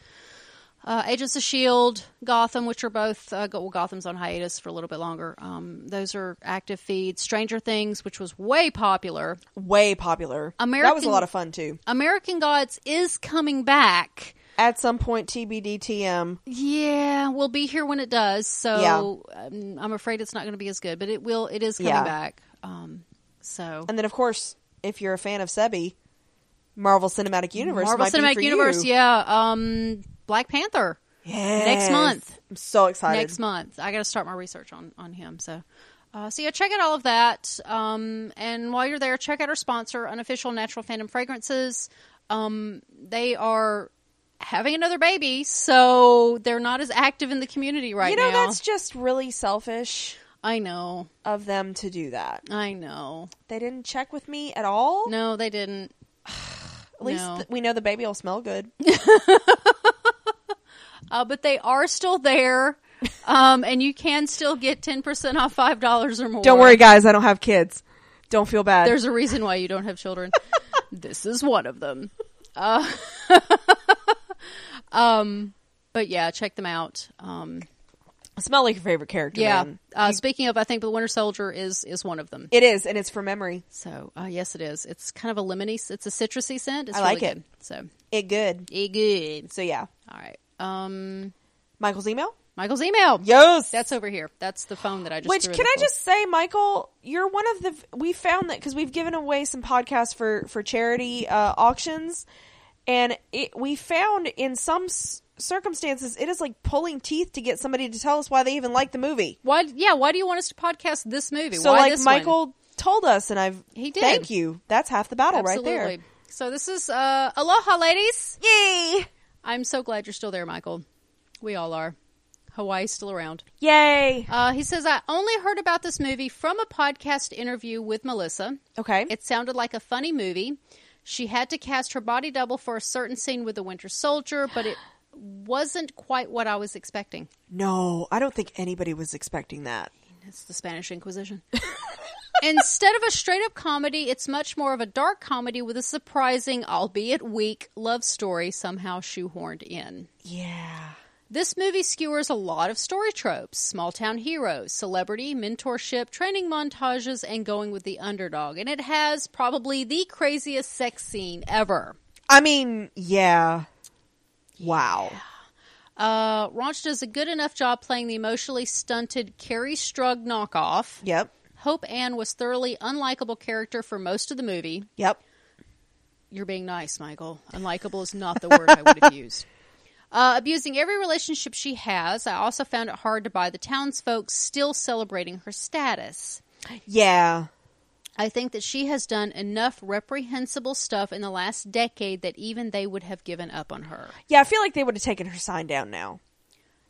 B: Uh, Agents of Shield, Gotham, which are both uh, go- well, Gotham's on hiatus for a little bit longer. Um, those are active feeds. Stranger Things, which was way popular,
A: Way popular. that was a
B: American-
A: lot of fun too.
B: American Gods is coming back.
A: At some point, TBDTM.
B: Yeah, we'll be here when it does. So um, I'm afraid it's not going to be as good, but it will. It is coming
A: Yeah.
B: back. Um, so
A: And then, of course, if you're a fan of Sebi, Marvel Cinematic Universe.
B: Marvel
A: might be for
B: Cinematic
A: you.
B: Universe, yeah. Um, Black Panther
A: Yes.
B: Next month.
A: I'm so excited.
B: next month. I got to start my research on on him. So. Uh, so yeah, check out all of that. Um, and while you're there, check out our sponsor, Unofficial Natural Fandom Fragrances. Um, they are having another baby, so they're not as active in the community right
A: you know,
B: now.
A: that's just really selfish
B: I know.
A: of them to do that.
B: I know.
A: They didn't check with me at all.
B: No, they didn't.
A: at least
B: no.
A: th- we know the baby will smell good.
B: Uh, but they are still there. Um, and you can still get 10% off $5 or more.
A: Don't worry, guys. I don't have kids. Don't feel bad.
B: There's a reason why you don't have children. this is one of them. Uh, um, but yeah, check them out. Um,
A: Smell like your favorite character.
B: yeah.
A: man.
B: Uh, speaking of, I think the Winter Soldier is is one of them.
A: It is, and it's from memory.
B: So uh, yes, it is. It's kind of a lemony. It's a citrusy scent. It's
A: I like
B: really
A: it.
B: Good. So
A: It good.
B: it good.
A: So yeah,
B: All right. Um,
A: Michael's email.
B: Michael's email.
A: Yes.
B: That's over here. That's the phone that I just.
A: Which
B: threw
A: can
B: in
A: I
B: the pool.
A: just say, Michael, you're one of the we found that because we've given away some podcasts for for charity uh, auctions, and it, we found in some s- circumstances it is like pulling teeth to get somebody to tell us why they even like the movie.
B: Why? Yeah. Why do you want us to podcast this movie?
A: So
B: why
A: like
B: this one?
A: Michael told us, and I've
B: He did.
A: Thank you. That's half the battle
B: Absolutely.
A: right
B: So this is uh, aloha, ladies.
A: there. Yay!
B: I'm so glad you're still there, Michael. We all are. Hawaii's still around.
A: Yay!
B: Uh, he says, I only heard about this movie from a podcast interview with Melissa.
A: Okay.
B: It sounded like a funny movie. She had to cast her body double for a certain scene with the Winter Soldier, but it wasn't quite what I was expecting.
A: no, I don't think anybody was expecting that.
B: It's the Spanish Inquisition. Instead of a straight up comedy, it's much more of a dark comedy with a surprising, albeit weak, love story somehow shoehorned in.
A: Yeah.
B: This movie skewers a lot of story tropes small town heroes, celebrity, mentorship, training montages, and going with the underdog. And it has probably the craziest sex scene ever.
A: I mean, yeah. Wow.
B: Uh, Raunch does a good enough job playing the emotionally stunted Carrie Strug knockoff.
A: Yep.
B: Hope Ann was thoroughly unlikable character for most of the movie.
A: Yep.
B: You're being nice, Michael. Unlikable is not the word I would have used. Uh, abusing every relationship she has, I also found it hard to buy the townsfolk still celebrating her status.
A: Yeah.
B: I think that she has done enough reprehensible stuff in the last decade that even they would have given up on her.
A: Yeah, I feel like they would have taken her sign down now.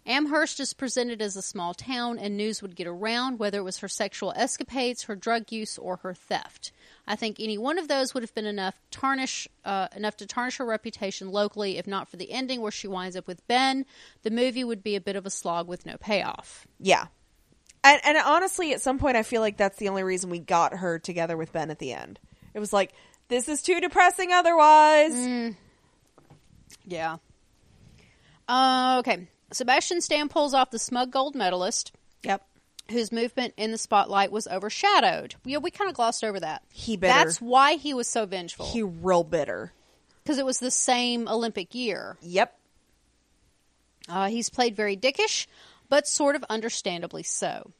B: Amherst is presented as a small town, and news would get around whether it was her sexual escapades, her drug use, or her theft. I think any one of those would have been enough tarnish uh, enough to tarnish her reputation locally. If not for the ending where she winds up with Ben, the movie would be a bit of a slog with no payoff.
A: Yeah. And and honestly, at some point I feel like that's the only reason we got her together with Ben at the end. It was like, this is too depressing otherwise.
B: Yeah. Uh, okay. Sebastian Stan pulls off the smug gold medalist,
A: Yep.
B: whose movement in the spotlight was overshadowed. Yeah, we kind of glossed over that.
A: He bitter.
B: That's why he was so vengeful.
A: He real bitter.
B: because it was the same Olympic year.
A: Yep.
B: Uh, he's played very dickish, but sort of understandably so.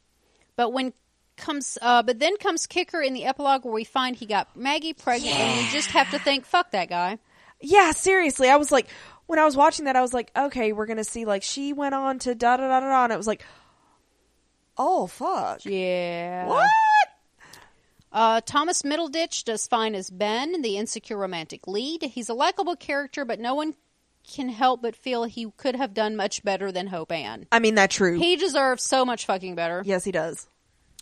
B: But when comes, uh, but then comes kicker in the epilogue where we find he got Maggie pregnant, and we just have to think, fuck that guy.
A: Yeah, seriously. I was like when I was watching that, I was like, okay, we're gonna see like she went on to da da da da da and it was like Oh fuck.
B: Yeah.
A: What?
B: Uh, Thomas Middleditch does fine as Ben, the insecure romantic lead. He's a likable character, but no one can help but feel he could have done much better than Hope Ann.
A: I mean that true.
B: He deserves so much fucking better.
A: yes, he does.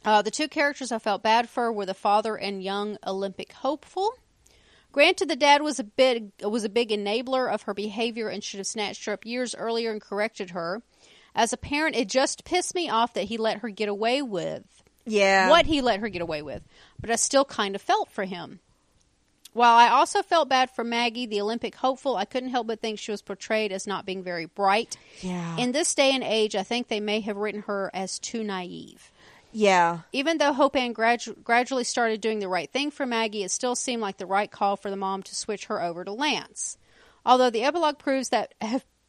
B: Uh, the two characters I felt bad for were the father and young Olympic hopeful. Granted, the dad was a big was a big enabler of her behavior and should have snatched her up years earlier and corrected her. As a parent, it just pissed me off that he let her get away with
A: Yeah.
B: what he let her get away with, but I still kind of felt for him. While I also felt bad for Maggie, the Olympic hopeful, I couldn't help but think she was portrayed as not being very bright.
A: Yeah.
B: In this day and age, I think they may have written her as too naive.
A: yeah.
B: Even though Hope Ann gradu- gradually started doing the right thing for Maggie, it still seemed like the right call for the mom to switch her over to Lance. Although the epilogue proves that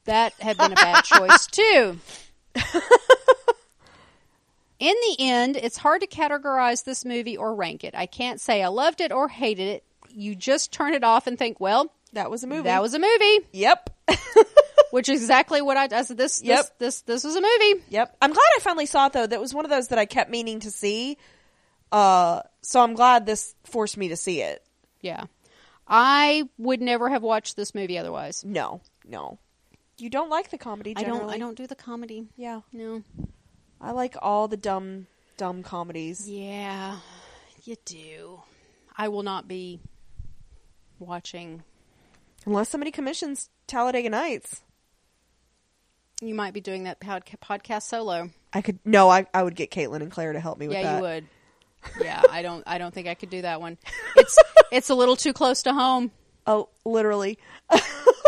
B: that had been a bad choice too. In the end, it's hard to categorize this movie or rank it. I can't say I loved it or hated it. You just turn it off and think, well,
A: That was a movie.
B: that was a movie,
A: Yep.
B: which is exactly what I, I said. This,
A: Yep.
B: this, this, this was a movie.
A: Yep. I'm glad I finally saw it though. That was one of those that I kept meaning to see. Uh, so I'm glad this forced me to see it.
B: Yeah, I would never have watched this movie otherwise.
A: No, no. You don't like the comedy
B: I
A: generally.
B: don't. I don't do the comedy.
A: Yeah.
B: No.
A: I like all the dumb, dumb comedies.
B: Yeah, you do. I will not be watching.
A: Unless somebody commissions Talladega Nights.
B: You might be doing that pod- podcast solo.
A: I could no, I I would get Caitlin and Claire to help me with
B: yeah,
A: that.
B: you would. Yeah, I don't. I don't think I could do that one. It's it's a little too close to home.
A: Oh, literally.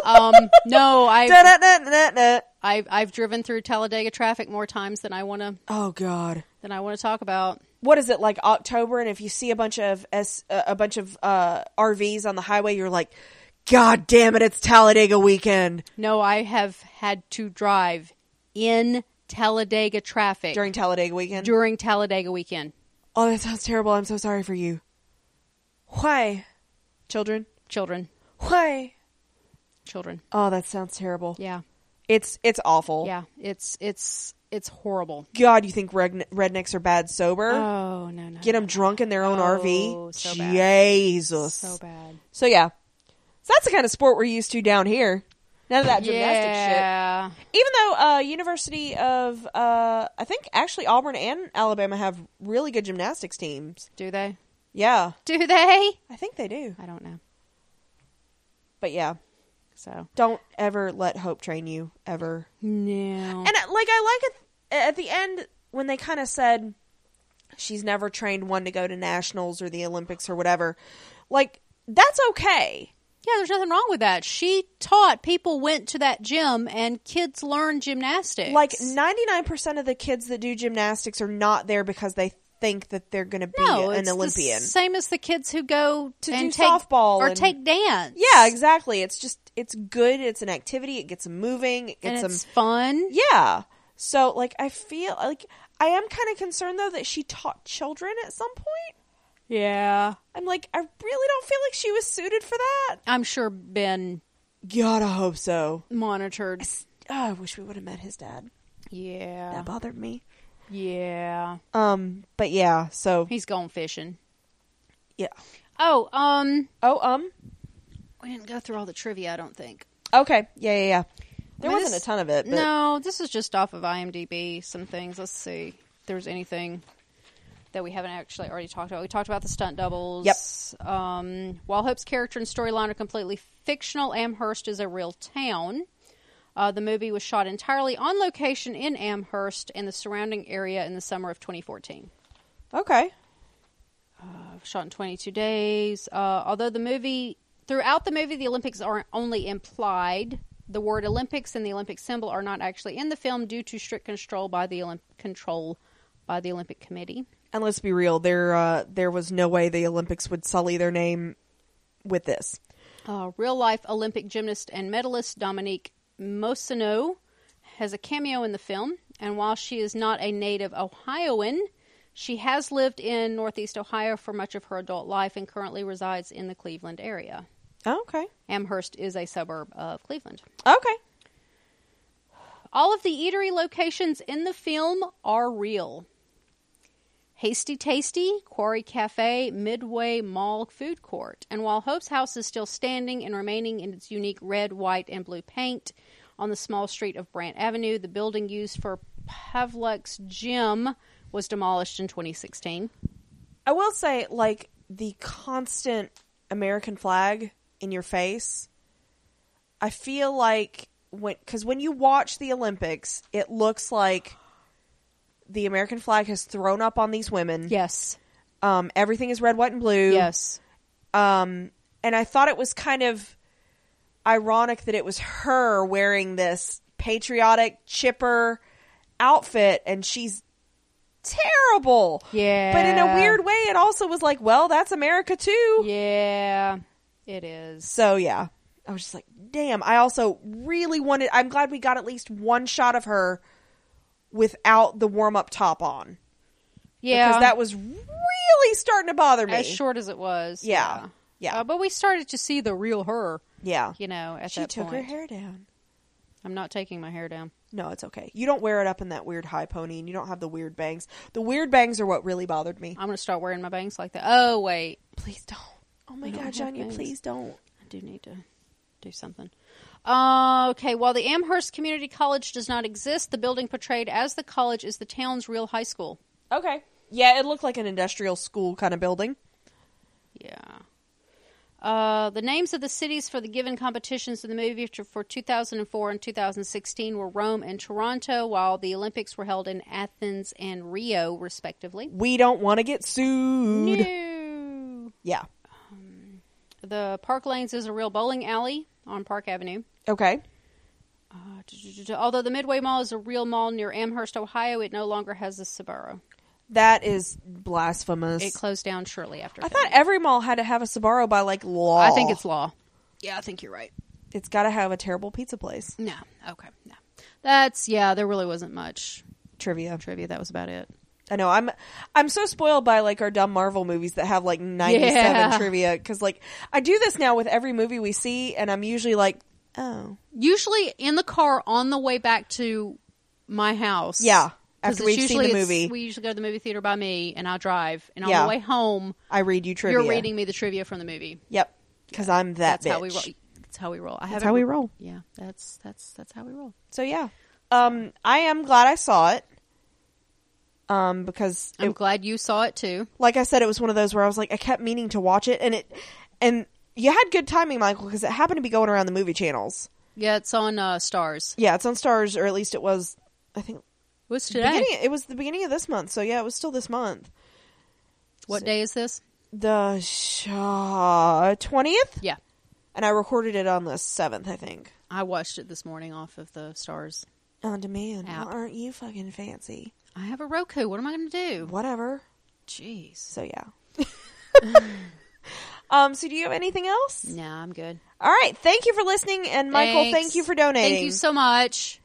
B: Um, no, I
A: Da-da-da-da-da.
B: I've, I've driven through Talladega traffic more times than I want to
A: Oh God.
B: than I want to talk about.
A: What is it like October? And if you see a bunch of s uh, a bunch of uh, RVs on the highway, you're like, God damn it! It's Talladega weekend
B: No, I have had to drive in Talladega traffic
A: during Talladega weekend.
B: during Talladega weekend.
A: oh, that sounds terrible. I'm so sorry for you. Why, children?
B: Children,
A: Why?
B: children.
A: Oh, that sounds terrible.
B: Yeah,
A: It's it's awful.
B: yeah. It's it's it's horrible.
A: God, you think reg- rednecks are bad sober?
B: Oh no no.
A: Get them drunk in their own
B: Oh,
A: RV.
B: so bad.
A: Jesus.
B: so bad.
A: So yeah, so that's the kind of sport we're used to down here. None of that gymnastic
B: Yeah.
A: shit. Even though uh, University of uh, I think actually Auburn and Alabama have really good gymnastics teams.
B: Do they?
A: Yeah,
B: Do they?
A: I think they do.
B: I don't know.
A: But yeah,
B: So
A: don't ever let hope train you ever.
B: no.
A: And uh, like I like it at the end when they kind of said she's never trained one to go to nationals or the Olympics or whatever. Like that's okay.
B: Yeah, there's nothing wrong with that. She taught people went to that gym and kids learn gymnastics.
A: like 99% of the kids that do gymnastics are not there because they think that they're going to be
B: no,
A: an
B: it's the
A: Olympian.
B: same as the kids who go
A: To
B: and
A: do
B: take,
A: softball
B: or
A: and-
B: take dance.
A: yeah, exactly. It's just it's good, it's an activity, it gets them moving, it gets
B: and
A: them
B: it's fun.
A: Yeah. So like I feel like I am kind of concerned though that she taught children at some point.
B: Yeah,
A: I'm like I really don't feel like she was suited for that.
B: I'm sure Ben
A: God, I hope so.
B: monitored.
A: Oh, I wish we would have met his dad.
B: Yeah,
A: That bothered me.
B: yeah,
A: Um, but yeah, so
B: he's gone fishing.
A: yeah.
B: Oh, um,
A: Oh, um,
B: we didn't go through all the trivia. I don't think.
A: okay, yeah, yeah, yeah. There
B: I mean,
A: wasn't
B: this-
A: a ton of it. But...
B: No, this is just off of IMDb. Some things. Let's see. If there's anything that we haven't actually already talked about. We talked about the stunt doubles. Yep. Um, while Hope's character and storyline are completely fictional, Amherst is a real town. Uh, the movie was shot entirely on location in Amherst and the surrounding area in the summer of 2014
A: Okay.
B: shot in 22 days. Uh, although the movie, throughout the movie, the Olympics are only implied. The word Olympics and the Olympic symbol are not actually in the film due to strict control by the Olymp- control by the Olympic Committee.
A: And let's be real, there uh, there was no way the Olympics would sully their name with this.
B: Uh, real life Olympic gymnast and medalist Dominique Mosino has a cameo in the film, and while she is not a native Ohioan, she has lived in Northeast Ohio for much of her adult life and currently resides in the Cleveland area.
A: Oh, okay.
B: Amherst is a suburb of Cleveland.
A: Okay.
B: All of the eatery locations in the film are real. Hasty Tasty, Quarry Cafe, Midway Mall Food Court. And while Hope's house is still standing and remaining in its unique red, white, and blue paint on the small street of Brant Avenue, the building used for Pavluk's gym was demolished in 2016.
A: I will say, like the constant American flag in your face. I feel like when because when you watch the Olympics, it looks like the American flag has thrown up on these women.
B: Yes.
A: Um, everything is red, white, and blue.
B: Yes.
A: Um, and I thought it was kind of ironic that it was her wearing this patriotic, chipper outfit, and she's terrible.
B: Yeah.
A: But in a weird way, it also was like, well, that's America too.
B: Yeah. It is.
A: So yeah, I was just like, damn. I also really wanted. I'm glad we got at least one shot of her without the warm up top on
B: Yeah.
A: because that was really starting to bother me.
B: as short as it was.
A: Yeah. Yeah.
B: Uh, but we started to see the real her,
A: yeah,
B: you know, at
A: she
B: that
A: took her
B: point.
A: hair down.
B: I'm not taking my hair down.
A: No, it's okay. You don't wear it up in that weird high pony, and you don't have the weird bangs. The weird bangs are what really bothered me.
B: I'm going to start wearing my bangs like that. Oh, wait.
A: Please don't. Oh my
B: Uh,
A: god,
B: don't have
A: Janya,
B: bangs.
A: please don't.
B: I do need to do something. Uh, okay, while the Amherst Community College does not exist, the building portrayed as the college is the town's real high school.
A: Okay. Yeah, it looked like an industrial school kind of building.
B: Yeah. Uh, the names of the cities for the given competitions in the movie t- for 2004 and 2016 were Rome and Toronto, while the Olympics were held in Athens and Rio, respectively.
A: We don't want to get sued.
B: No.
A: Yeah.
B: The Park Lanes is a real bowling alley on Park Avenue.
A: Okay.
B: Uh, d- d- d- Although the Midway Mall is a real mall near Amherst, Ohio, it no longer has a Subaru.
A: That is blasphemous.
B: It closed down shortly after.
A: I thought
B: filming.
A: every mall had to have a Sbarro by like law.
B: I think it's law. Yeah, I think you're right.
A: It's got to have a terrible pizza place.
B: No. Okay. No. That's yeah. There really wasn't much
A: Trivia.
B: trivia. That was about it.
A: I know. I'm I'm so spoiled by like our dumb Marvel movies that have like 97
B: Yeah.
A: trivia cuz like I do this now with every movie we see and I'm usually like, "Oh,
B: Usually in the car on the way back to my house.
A: Yeah,
B: 'Cause
A: after
B: it's
A: we've seen
B: usually
A: the
B: it's-
A: movie.
B: we usually go to the movie theater by me, and I drive. And on
A: Yeah.
B: the way home,
A: I read you trivia."
B: you're reading me the trivia from the movie.
A: Yep. Cuz I'm that
B: That's
A: bitch.
B: how we roll. That's how we roll. I that's
A: how we roll.
B: Yeah, that's that's that's how we roll.
A: So yeah. Um I am glad I saw it. Um because
B: I'm
A: it,
B: glad you saw it too.
A: like I said, it was one of those where I was like, I kept meaning to watch it, and it, and you had good timing, Michael, because it happened to be going around the movie channels.
B: Yeah, it's on uh, Stars.
A: Yeah, it's on Stars, or at least it was. I think
B: What's today?
A: beginning. It was the beginning of this month, so yeah, it was still this month.
B: What day is this?
A: The twentieth,
B: Yeah,
A: and I recorded it on the seventh, I think,
B: I watched it this morning off of the Stars.
A: on demand.
B: App.
A: Well, aren't you fucking fancy?
B: I have a Roku. What am I going to do?
A: Whatever.
B: Jeez.
A: So yeah. um. So do you have anything else?
B: Nah, I'm good.
A: All right. Thank you for listening, and Michael,
B: Thanks.
A: thank you for donating.
B: Thank you so much.